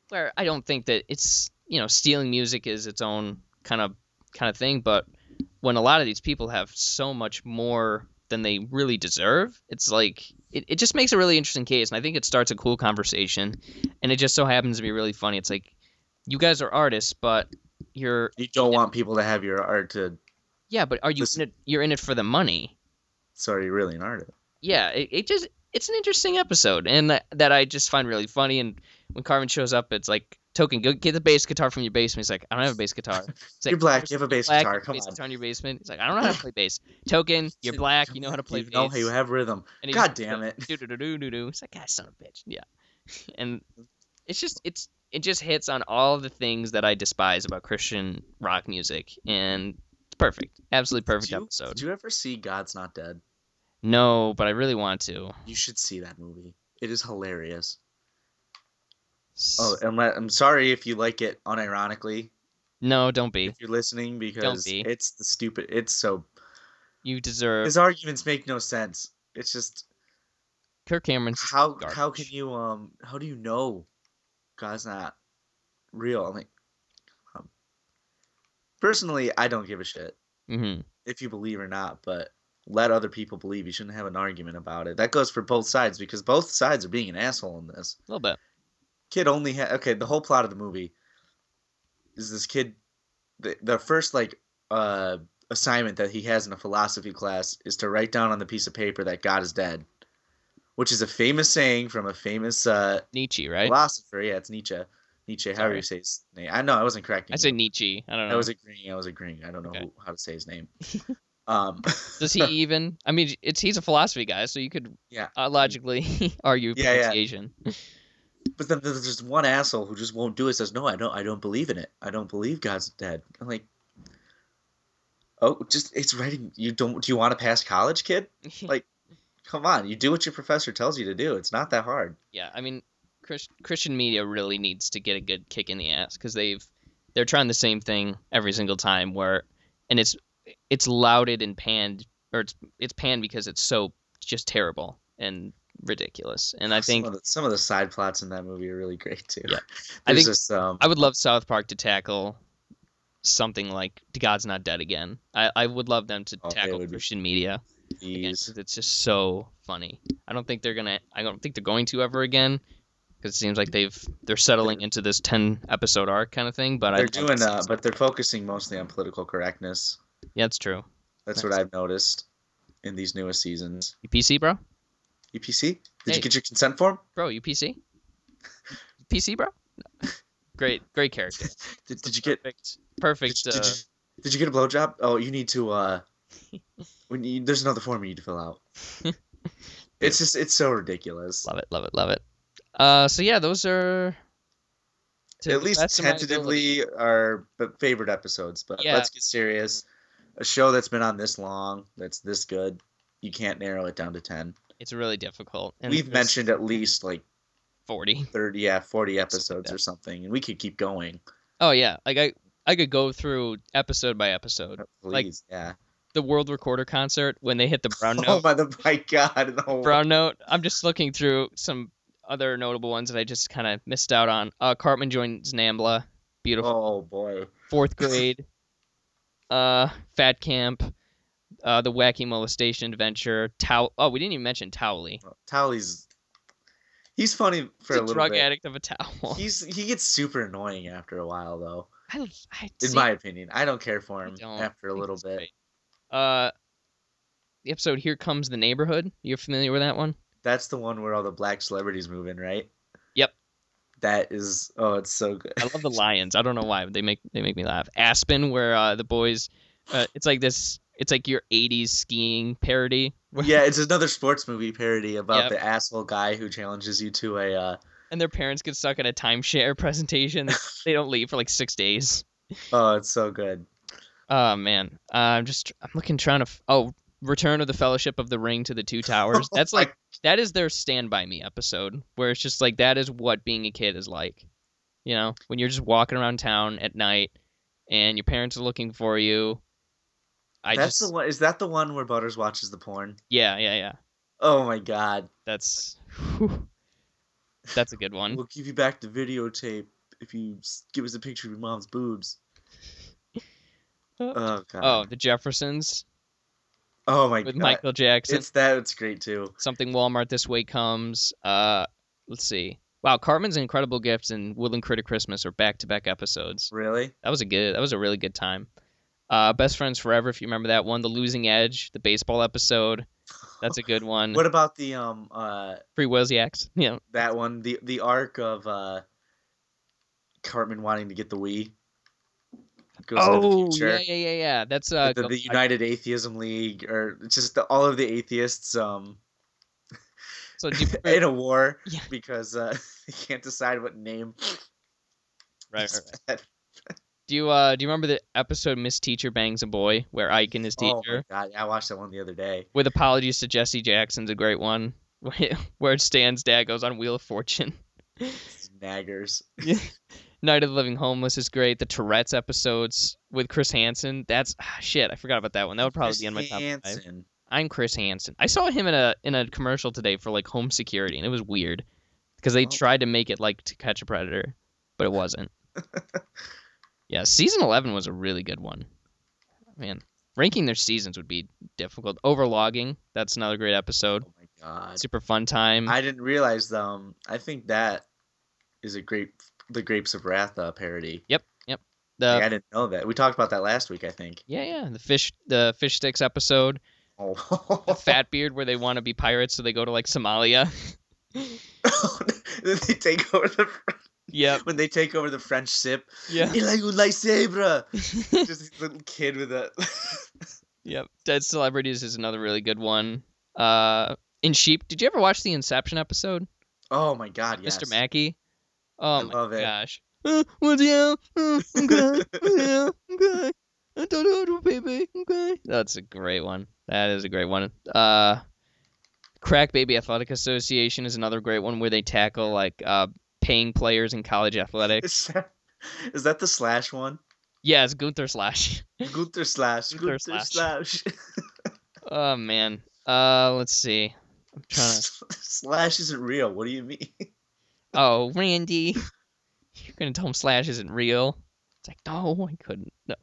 where I don't think that it's you know stealing music is its own kind of kind of thing, but when a lot of these people have so much more than they really deserve, it's like it, it just makes a really interesting case, and I think it starts a cool conversation, and it just so happens to be really funny. It's like you guys are artists, but you're
You don't want people to have your art to
yeah, but are you
Listen-
in it, you're in it for the money?
sorry, really an artist.
Yeah, it, it just it's an interesting episode, and that, that I just find really funny. And when Carmen shows up, it's like Token, go get the bass guitar from your basement. He's like, I don't have a bass guitar. It's like,
You're black. You have a bass
black,
guitar.
you have a
Come
bass
on.
guitar in your basement. He's like, I don't know how to play bass. Token, you're black. You know how to play
You
bass.
know how you have rhythm.
And he
God
just
damn
goes,
it.
"Doo-doo-doo-doo-doo-doo." It's like, God, son of a bitch. Yeah. And it's just, it's, it just hits on all the things that I despise about Christian rock music. And it's perfect. Absolutely
Did
perfect
you,
episode.
did you ever see God's Not Dead?
No, but I really want to.
You should see that movie. It is hilarious.
S-
Oh, and let, I'm sorry if you like it unironically.
No, don't be.
If you're listening, because
be.
it's the stupid. It's so
You deserve.
his arguments make no sense. It's just
Kirk Cameron's.
how how can
garbage.
you um how do you know God's not real? I'm like, um, personally, I don't give a shit
hmm
if you believe or not, but let other people believe. You shouldn't have an argument about it. That goes for both sides because both sides are being an asshole in this.
A little bit.
kid only had okay the whole plot of the movie is this kid the, the first like uh assignment that he has in a philosophy class is to write down on the piece of paper that god is dead which is a famous saying from a famous uh
Nietzsche, right?
philosopher yeah it's nietzsche nietzsche however
Sorry.
you say his name i know i wasn't correcting
I say
you.
Nietzsche. I don't
i
know.
was agreeing i was agreeing i don't know
Okay.
who, how to say his name um
Does he even? I mean, it's he's a philosophy guy, so you could
Yeah.
uh, logically argue
Yeah, yeah.
pronunciation.
But then there's just one asshole who just won't do it. Says no, I don't. I don't believe in it. I don't believe God's dead. I'm like, oh, just it's writing. You don't. Do you want to pass college, kid? Like- Come on, you do what your professor tells you to do. It's not that hard.
yeah, I mean, Chris, Christian media really needs to get a good kick in the ass because they've they're trying the same thing every single time. Where and it's it's lauded and panned, or it's it's panned because it's so just terrible and ridiculous. And I think
some of the, some of the side plots in that movie are really great too.
Yeah. I
I
think-
think just, um,
I would love South Park to tackle something like God's Not Dead again. I, I would love them to
Oh, it
tackle
would be-
Christian media again
these-
'cause it's just so funny. I don't think they're gonna. I don't think they're going to ever again because it seems like they've they're settling into this ten episode arc kind of thing. But I
they're
love to
doing,
see
uh,
some-
but they're focusing mostly on political correctness.
yeah, it's true.
That's what
Nice.
I've noticed in these newest seasons.
UPC, bro,
UPC, did
Hey.
you get your consent form?
bro, UPC, PC, bro. Great, great character.
Did, did you get
Perfect, perfect. uh,
Did, did you, did you get a blowjob? Oh, you need to. uh we need, There's another form you need to fill out. it's just it's so ridiculous.
Love it, love it, love it. Uh, so yeah, those are to
At
the
least
best of my ability-
tentatively our b- favorite episodes. But
Yeah.
let's get serious. A show that's been on this long, that's this good, you can't narrow it down to ten.
It's really difficult.
We've
there's
mentioned at least like
forty.
thirty, yeah, forty episodes
that.
or something, and we could keep going.
Oh yeah, like I I could go through episode by episode. Like-
Please, yeah.
The World Recorder concert when they hit the brown
Oh
note.
my, the, my God! The whole-
Brown note. I'm just looking through some other notable ones that I just kind of missed out on. Uh, Cartman joins Nambla. Beautiful.
oh boy!
Fourth grade. uh, Fat Camp. Uh, the wacky molestation adventure. Tow- oh, we didn't even mention Towley.
Tally's he's funny for
He's
a
a
little
drug
bit.
addict of a towel.
He's he gets super annoying after a while though.
I, I
In
see,
my opinion, I don't care for
I
him
don't
after a
think
little
he's
bit.
great. Uh, the episode "Here Comes the Neighborhood." You're familiar with that one?
That's the one where all the black celebrities move in, right?
Yep.
That is oh, it's so good.
I love the lions. I don't know why, but they make they make me laugh. Aspen, where uh, the boys, uh, it's like this. It's like your '80s skiing parody. where-
yeah, it's another sports movie parody about
Yep.
the asshole guy who challenges you to a uh,
And their parents get stuck at a timeshare presentation. They, they don't leave for like six days.
oh, it's so good.
Oh man, uh, I'm just I'm looking trying to. F- oh, Return of the Fellowship of the Ring to the Two Towers.
Oh
That's like that is their Stand by Me episode, where it's just like that is what being a kid is like. You know, when you're just walking around town at night, and your parents are looking for you. I
That's
just
the one. Is that the one where Butters watches the porn?
yeah yeah yeah.
Oh my god!
That's whew. that's a good one.
We'll give you back the videotape if you s- give us a picture of your mom's boobs. Oh god!
Oh, the Jeffersons
Oh my
with
god!
Michael Jackson.
It's that. It's great too.
Something Walmart this way comes. Uh, let's see. Wow, Cartman's Incredible Gifts and Woodland Critter Christmas are back-to-back episodes.
Really?
That was a good. That was a really good time. Uh, Best Friends Forever, if you remember that one, the Losing Edge, the baseball episode. That's a good one.
What about the um uh
Free Wozniaks. Yeah.
that one the the arc of uh Cartman wanting to get the Wii? Goes into
Oh, yeah, yeah, yeah, yeah. That's uh,
the, the
Gal-
United Atheism League, or it's just the, all of the atheists um,
so do you prefer-
in a war
Yeah.
because uh, they can't decide what name.
right,
is
right, right.
bad.
Do you uh do you remember the episode Miss Teacher Bangs a Boy where Ike and his teacher
Oh my god, I watched that one the other day.
with apologies to Jesse Jackson's a great one where Stan's dad goes on Wheel of Fortune.
It's Naggers.
Night of the Living Homeless is great. The Tourette's episodes with Chris Hansen. That's ah, shit. I forgot about that one. That would probably be on my top five.
Hansen.
I'm Chris Hansen. I saw him in a in a commercial today for like home security, and it was weird because they
Oh.
tried to make it like to catch a predator, but it wasn't. yeah, season eleven was a really good one. Man, ranking their seasons would be difficult. Overlogging, that's another great episode.
Oh my god.
Super fun time.
I didn't realize um I think that is a grape the Grapes of Wrath uh, parody.
the
Like, I didn't know that. We talked about that last week, I think.
yeah, yeah, the fish the fish sticks episode.
Oh,
The fat beard where they want to be pirates, so they go to like Somalia.
Then they take over the
yep.
when they take over the French sip.
Yeah.
"Il a un lightsaber!" Just this little kid with a
Yep. Dead Celebrities is another really good one. Uh in Sheep, did you ever watch the Inception episode?
Oh my god, yes.
Mr. Mackey? Oh
I
my
love it.
gosh. Uh, what's up? Uh, okay, yeah, okay. I don't know, do, baby. Okay. That's a great one. That is a great one. Uh Crack Baby Athletic Association is another great one where they tackle like uh paying players in college athletics.
Is that, is that the slash one?
Yeah, it's Gunther Slash.
Gunther slash.
Gunther
Gunther slash.
Oh man. Uh let's see. I'm trying to
slash isn't real. What do you mean?
Oh, Randy. You're gonna tell him Slash isn't real. It's like, no, I couldn't. No.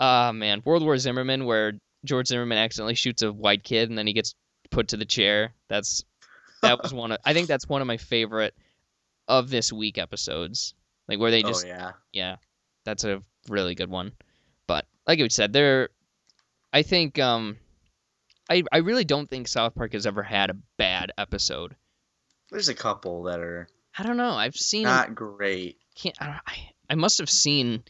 Ah man. World War Zimmerman where George Zimmerman accidentally shoots a white kid and then he gets put to the chair. That's that was one of I think that's one of my favorite of this week episodes. Like where they just
oh yeah.
yeah, that's a really good one. But like you said, there, I think um, I I really don't think South Park has ever had a bad episode.
There's a couple that are
I don't know. I've seen.
not great.
Can't, I, don't- I I must have seen.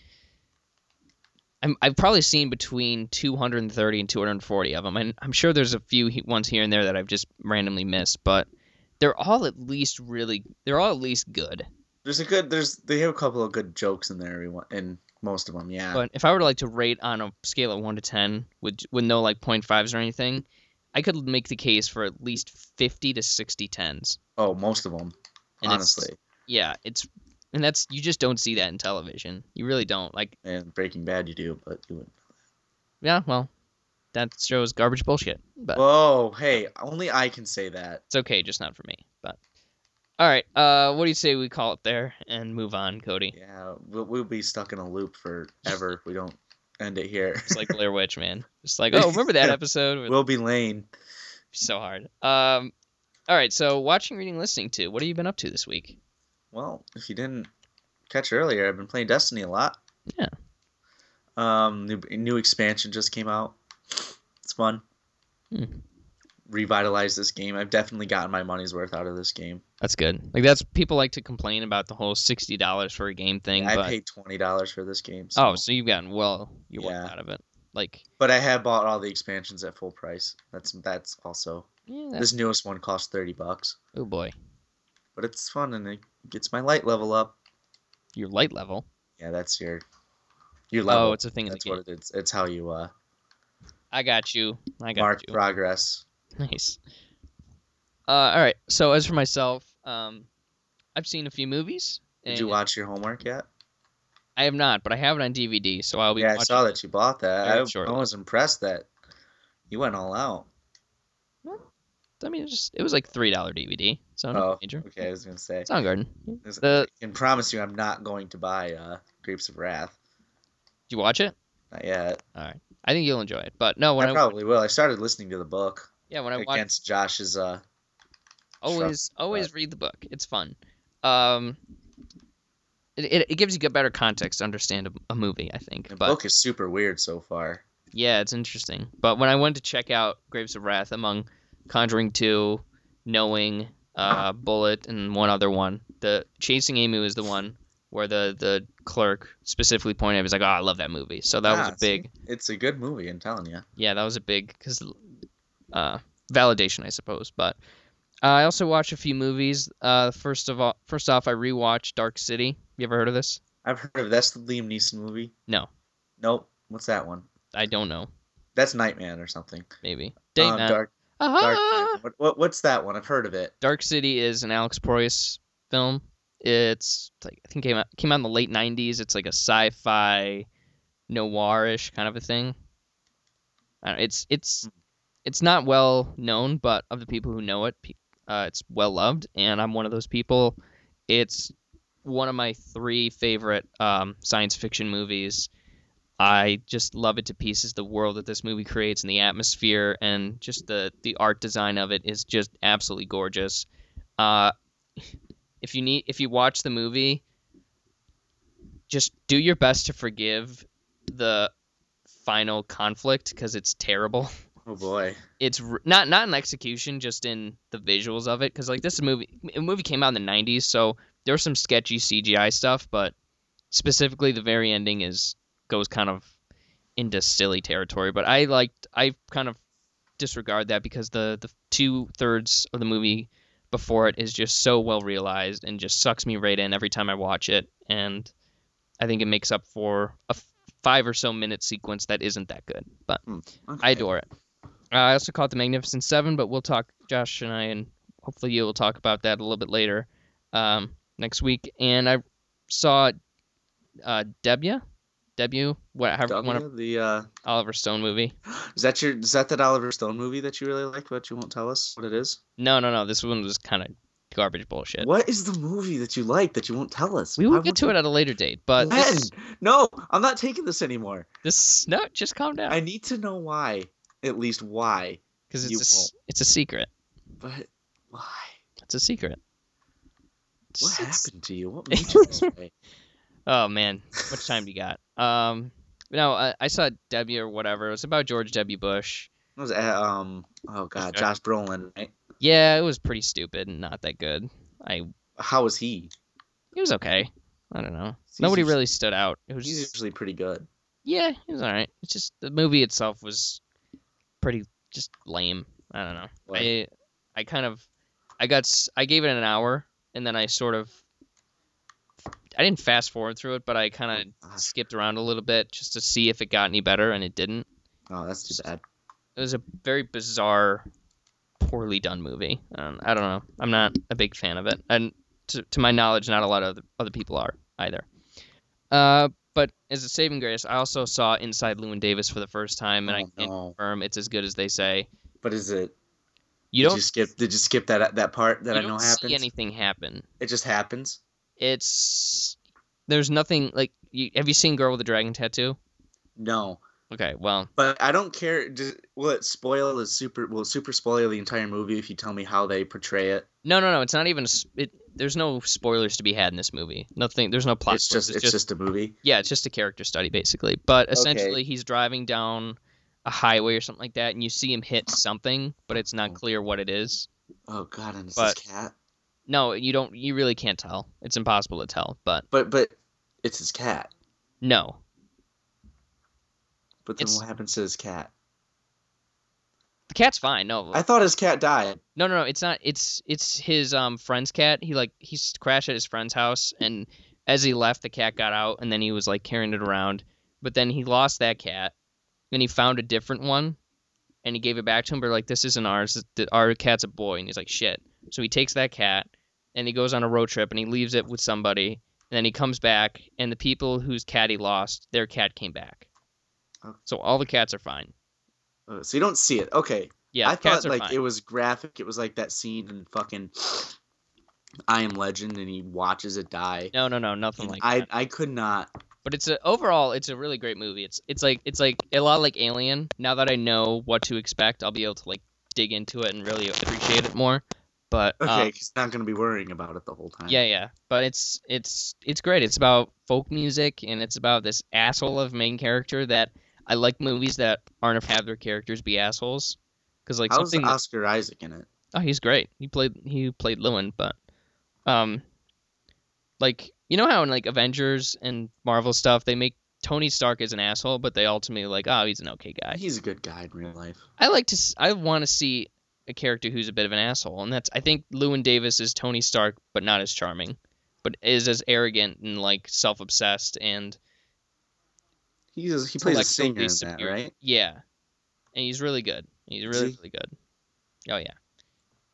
I'm, I've probably seen between 230 and 240 of them. And I'm sure there's a few he- ones here and there that I've just randomly missed, but they're all at least really, they're all at least good.
There's a good. There's they have a couple of good jokes in there. Every one in most of them. Yeah.
But if I were to like to rate on a scale of one to ten with with no like point fives or anything, I could make the case for at least fifty to 60 tens.
oh, most of them.
And it's-
honestly,
Yeah, it's and that's you just don't see that in television. You really don't. Like,
and Breaking Bad you do, but you wouldn't.
yeah, well, that shows garbage bullshit. But
Whoa, hey, only I can say that.
it's okay, just not for me. But all right, uh, what do you say we call it there and move on, Cody?
Yeah, we'll, we'll be stuck in a loop forever if we don't end it here.
It's like Blair Witch, man. Just like, oh, remember that
Yeah.
episode? It was
we'll be Lane.
so hard. Um, all right, so watching, reading, listening to. What have you been up to this week?
Well, if you didn't catch earlier, I've been playing Destiny a lot.
Yeah.
Um, new, new expansion just came out. It's fun.
Hmm.
Revitalized this game. I've definitely gotten my money's worth out of this game.
That's good. Like that's people like to complain about the whole sixty dollars for a game thing,
I
but
paid twenty dollars for this game.
oh, so you've gotten well, you worked
Yeah.
out of it. Like
but I have bought all the expansions at full price. That's that's also
yeah, that's,
this newest one costs thirty bucks,
oh boy,
but it's fun and it gets my light level up.
your light level.
Yeah, that's your your level.
Oh, it's a thing. In the
that's
game.
what it is. It's how you uh,
I got you. I got
mark
you.
progress.
Nice. Uh, all right. So as for myself, um, I've seen a few movies.
Did you
and
watch your homework yet?
I have not, but I have it on DVD, so I'll be.
yeah, I
watching
saw that you bought that.
very
I, I
shortly.
was impressed that you went all out.
I mean, it just it was like three dollar DVD, so no
Oh,
major.
okay. I was gonna say.
Soundgarden. Did
This-
the-
I can promise you, I'm not going to buy uh, Grapes of Wrath.
you watch it?
Not yet.
I think you'll enjoy it. But no, when
I,
I,
probably will. I started listening to the book
yeah when I watched
against Josh's. Uh,
always always read the book it's fun um it, it, it gives you a better context to understand a, a movie i think
the
but
book is super weird so far.
yeah it's interesting but when i went to check out graves of wrath among Conjuring Two, Knowing, uh, Bullet, and one other one. The Chasing Amy was the one where the the clerk specifically pointed. out, He was like, "Oh, I love that movie." So that was
Ah,
a
see?
big.
It's a good movie. I'm telling you.
yeah, that was a big because uh, validation, I suppose. But uh, I also watched a few movies. Uh, first of all, first off, I rewatched Dark City. You ever heard of this?
I've heard of that's the Liam Neeson movie.
No,
Nope. What's that one?
I don't know.
That's Nightman or something.
Maybe Date
Um,
Night.
Dark,
Ah!
Dark Knight. What, what, what's that one? I've heard of it.
Dark City is an Alex Proyas film. It's like I think came out came out in the late '90s. It's like a sci-fi, noirish kind of a thing. I don't it's it's it's not well known, but of the people who know it, pe- uh, it's well loved, and I'm one of those people. It's one of my three favorite um, science fiction movies. I just love it to pieces. The world that this movie creates and the atmosphere and just the the art design of it is just absolutely gorgeous. Uh, if you need if you watch the movie, just do your best to forgive the final conflict because it's terrible.
Oh boy.
It's r- not not in execution, just in the visuals of it. Because like this movie, a movie came out in the '90s, so there was some sketchy CGI stuff, but specifically the very ending is goes kind of into silly territory. But I liked I kind of disregard that because the the two thirds of the movie before it is just so well realized and just sucks me right in every time I watch it, and I think it makes up for a f- five or so minute sequence that isn't that good, but. I
Okay.
adore it. Uh, I also caught the Magnificent Seven, but we'll talk, Josh and I, and hopefully you will talk about that a little bit later um, next week. And I saw uh, Debya, Debut, what however, one of
W, the uh,
Oliver Stone movie.
is that your is that that Oliver Stone movie that you really liked, but you won't tell us what it is?
No, no, no. This one was kind of garbage bullshit.
What is the movie that you like that you won't tell us?
We will get to it at a later date, but
Ben,
this,
no, I'm not taking this anymore.
this no, just calm down
I need to know why, at least why,
because it's
you
a, s- it's a secret.
but why?
It's a secret. It's-
What
it's-
happened to you? What made you this way?
Oh man, how much time do you got? Um, no, I, I saw Debbie or whatever. It was about George W. Bush.
It was uh, um oh god,
Okay.
Josh Brolin, right?
Yeah, it was pretty stupid and not that good. I
How was he?
he was okay. I don't know.
He's
Nobody
usually-
really stood out. It was
He's
just,
usually pretty good.
yeah, he was all right. It's just the movie itself was pretty just lame. I don't know.
Like,
I I kind of I got s- I gave it an hour and then I sort of I didn't fast forward through it, but I kind
ah,
of skipped around a little bit just to see if it got any better, and it didn't.
oh, that's too bad.
it was a very bizarre, poorly done movie. Um, I don't know. I'm not a big fan of it, and to, to my knowledge, not a lot of other, other people are either. Uh, but as a saving grace, I also saw Inside Llewyn Davis for the first time, and
Oh,
I can
no.
confirm it's as good as they say.
But is it?
You
did
don't,
you skip? Did you skip that that part that
you
I know
don't
happens?
see anything happen.
It just happens.
It's there's nothing like. You, have you seen Girl with the Dragon Tattoo?
No,
Okay, well,
but I don't care. Does, will it spoil? Is super? Will it super spoil the entire movie if you tell me how they portray it?
no, no, no. It's not even. a s it, there's no spoilers to be had in this movie. Nothing. There's no plot.
it's
spoilers,
just it's just, a movie.
Yeah, it's just a character study basically. But essentially, he's driving down a highway or something like that, and you see him hit something, but it's not clear what it is.
Oh God, and it's
But-
his cat.
No, you don't. You really can't tell. It's impossible to tell. But
But but it's his cat.
no,
But then
It's-
what happens to his cat?
the cat's fine. No,
I thought his cat died.
no, no, no. It's not. It's it's his um friend's cat. He like he's crashed at his friend's house, and as he left, the cat got out, and then he was like carrying it around. But then he lost that cat, and he found a different one, and he gave it back to him. But like, this isn't ours. Th- th- Our cat's a boy, and he's like, shit. So he takes that cat, and he goes on a road trip, and he leaves it with somebody, and then he comes back, and the people whose cat he lost, their cat came back.
Okay.
So all the cats are fine.
Uh, So you don't see it. Okay.
Yeah,
I
the cats
thought
are
like
fine.
it was graphic. It was like that scene in fucking I Am Legend, and he watches it die.
no, no, no, nothing
And
like that.
I I could not.
but it's a, overall it's a really great movie. It's it's like it's like a lot like Alien. Now that I know what to expect, I'll be able to like dig into it and really appreciate it more. But um,
Okay, he's not gonna be worrying about it the whole time.
yeah, yeah. But it's it's it's great. It's about folk music and it's about this asshole of main character that I like movies that aren't have their characters be assholes. because like
How's
something.
Oscar Isaac in it?
Oh, he's great. He played he played Lewin, but um like you know how in like Avengers and Marvel stuff they make Tony Stark is an asshole, but they ultimately like, oh, he's an okay guy.
He's a good guy in real life.
I like to s- I want to see a character who's a bit of an asshole, and that's I think Lewin Davis is Tony Stark, but not as charming, but is as arrogant and like self-obsessed and
He's a, he plays a singer in
intellectually
that,
superior.
right?
Yeah, and he's really good. He's
Is
really
he?
really good. Oh yeah,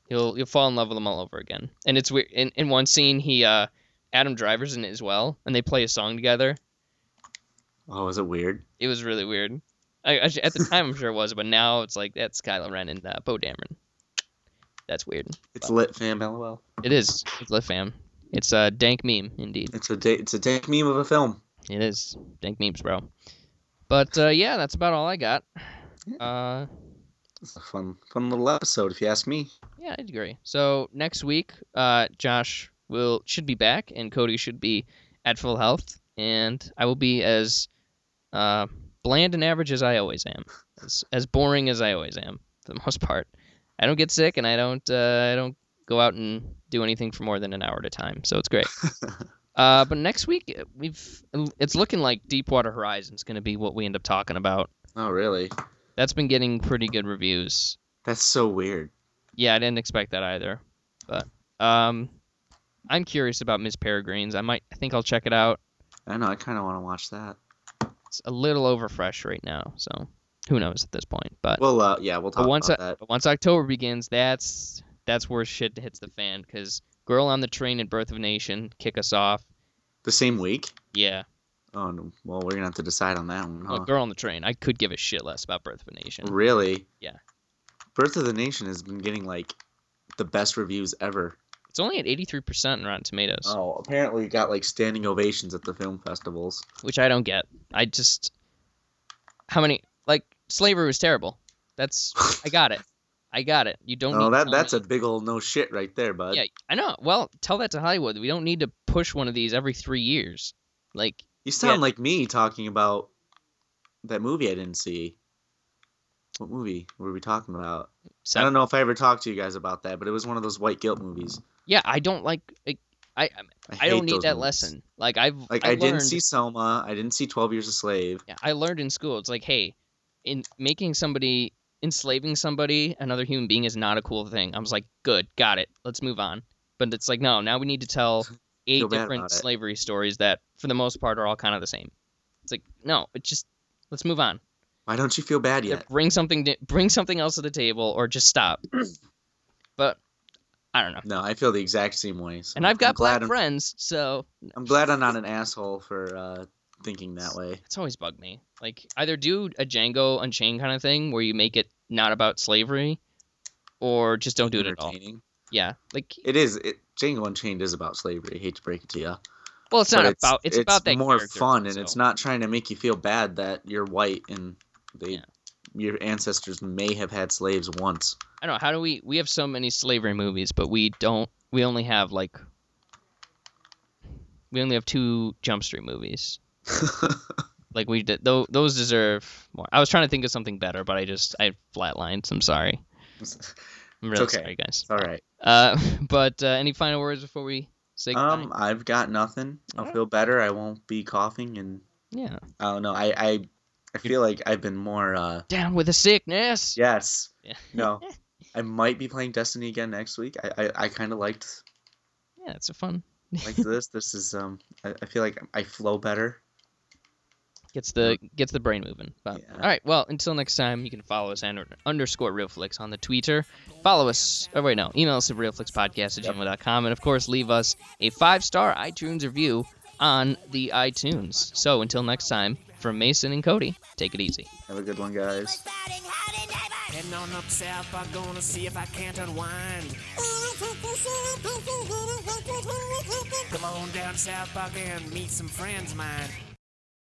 he'll you'll fall in love with him all over again. And it's weird. In, in one scene, he uh, Adam Driver's in it as well, and they play a song together.
Oh, is it weird?
It was really weird. I, I, at the time, I'm sure it was, but now it's like that's Kylo Ren and uh, Bo Dameron. That's weird.
It's lit, fam. LOL.
It is. It's lit fam. It's a dank meme indeed.
It's a da- it's a dank meme of a film.
It is dank memes, bro. But uh, yeah, that's about all I got. Uh,
It's a fun fun little episode, if you ask me.
Yeah, I'd agree. So next week, uh, Josh will should be back, and Cody should be at full health, and I will be as uh, bland and average as I always am, as, as boring as I always am for the most part. I don't get sick, and I don't uh, I don't go out and do anything for more than an hour at a time, so it's great. uh, but next week we've it's looking like Deepwater Horizon's going to be what we end up talking about.
Oh, really?
That's been getting pretty good reviews.
That's so weird.
Yeah, I didn't expect that either. But um, I'm curious about Miss Peregrine's. I might. I think I'll check it out.
I know. I kind of want to watch that.
Uh, It's a little over fresh right now, so who knows at this point. But,
Well, uh, yeah, we'll talk
but once
about
I-
that.
but once October begins, that's that's where shit hits the fan. Cause Girl on the Train and Birth of a Nation kick us off.
The same week?
Yeah,
Oh, no. well, we're gonna have to decide on that one.
well,
Huh?
Girl on the Train. I could give a shit less about Birth of a Nation.
Really?
Yeah.
Birth of the Nation has been getting like the best reviews ever.
It's only at 83% on Rotten Tomatoes,
Oh, apparently it got like standing ovations at the film festivals.
which I don't get. I just how many like slavery was terrible. That's I got it. I got it. You don't.
Oh,
need to
that
tell
that's
me.
a big old no shit right there, bud.
Yeah, I know. Well, tell that to Hollywood. We don't need to push one of these every three years. Like,
You sound
Yeah.
like me talking about that movie I didn't see. What movie were we talking about? I
seven.
don't know if I ever talked to you guys about that, but it was one of those white guilt movies.
yeah, I don't like. like I I,
hate
don't need
those
that
movies.
lesson. Like I've
Like I,
I,
didn't
learned-
see Selma. I didn't see Twelve Years a Slave.
yeah, I learned in school. It's like, hey, in making somebody enslaving somebody, another human being is not a cool thing. I was like, good, got it. Let's move on. But it's like, no, now we need to tell eight
Feel bad
different
about it.
slavery stories that, for the most part, are all kind of the same. It's like, no, it's just let's move on.
Why don't you feel bad
Either
yet?
bring something di- bring something else to the table or just stop but i don't know
No, I feel the exact same way. so
and i've
I'm
got
glad
black
I'm,
friends so
I'm glad I'm not an asshole for uh, thinking that way.
it's always bugged me like either do a django unchained kind of thing where you make it not about slavery or just don't do it at all
Entertaining.
yeah like
It is. It, Django Unchained is about slavery. I hate to break it to you.
well it's not
but
about it's, about that
more
character,
fun, and it's
so-
not trying to make you feel bad that you're white and they,
Yeah.
your ancestors may have had slaves once.
i don't know how do we we have so many slavery movies but we don't we only have like we only have two jump street movies like we did though those deserve more i was trying to think of something better but i just i flatlined so i'm sorry
it's
i'm really
okay.
sorry guys
all right.
uh but uh, any final words before we say goodnight?
Um, I've got nothing. I'll
Alright.
feel better. I won't be coughing, and
yeah
I don't know. Oh, I I, I feel like I've been more. uh
down with the sickness
Yes.
Yeah.
No. I might be playing Destiny again next week. I I, I kind of liked
yeah it's a fun
like this. This is um. I, I feel like I flow better.
gets the gets the brain moving. But,
Yeah.
All right. Well, until next time, you can follow us under, underscore RealFlix on the Twitter. Follow us. Oh wait, no. Email us at realflixpodcast at gmail.com. and of course, leave us a five star iTunes review on the iTunes. So until next time, from Mason and Cody, take it easy.
Have a good one, guys.
Spouting howdy neighbors.
Heading on up south, I'm gonna see if I can't unwind. Come on down south, Buck, and meet some friends of mine.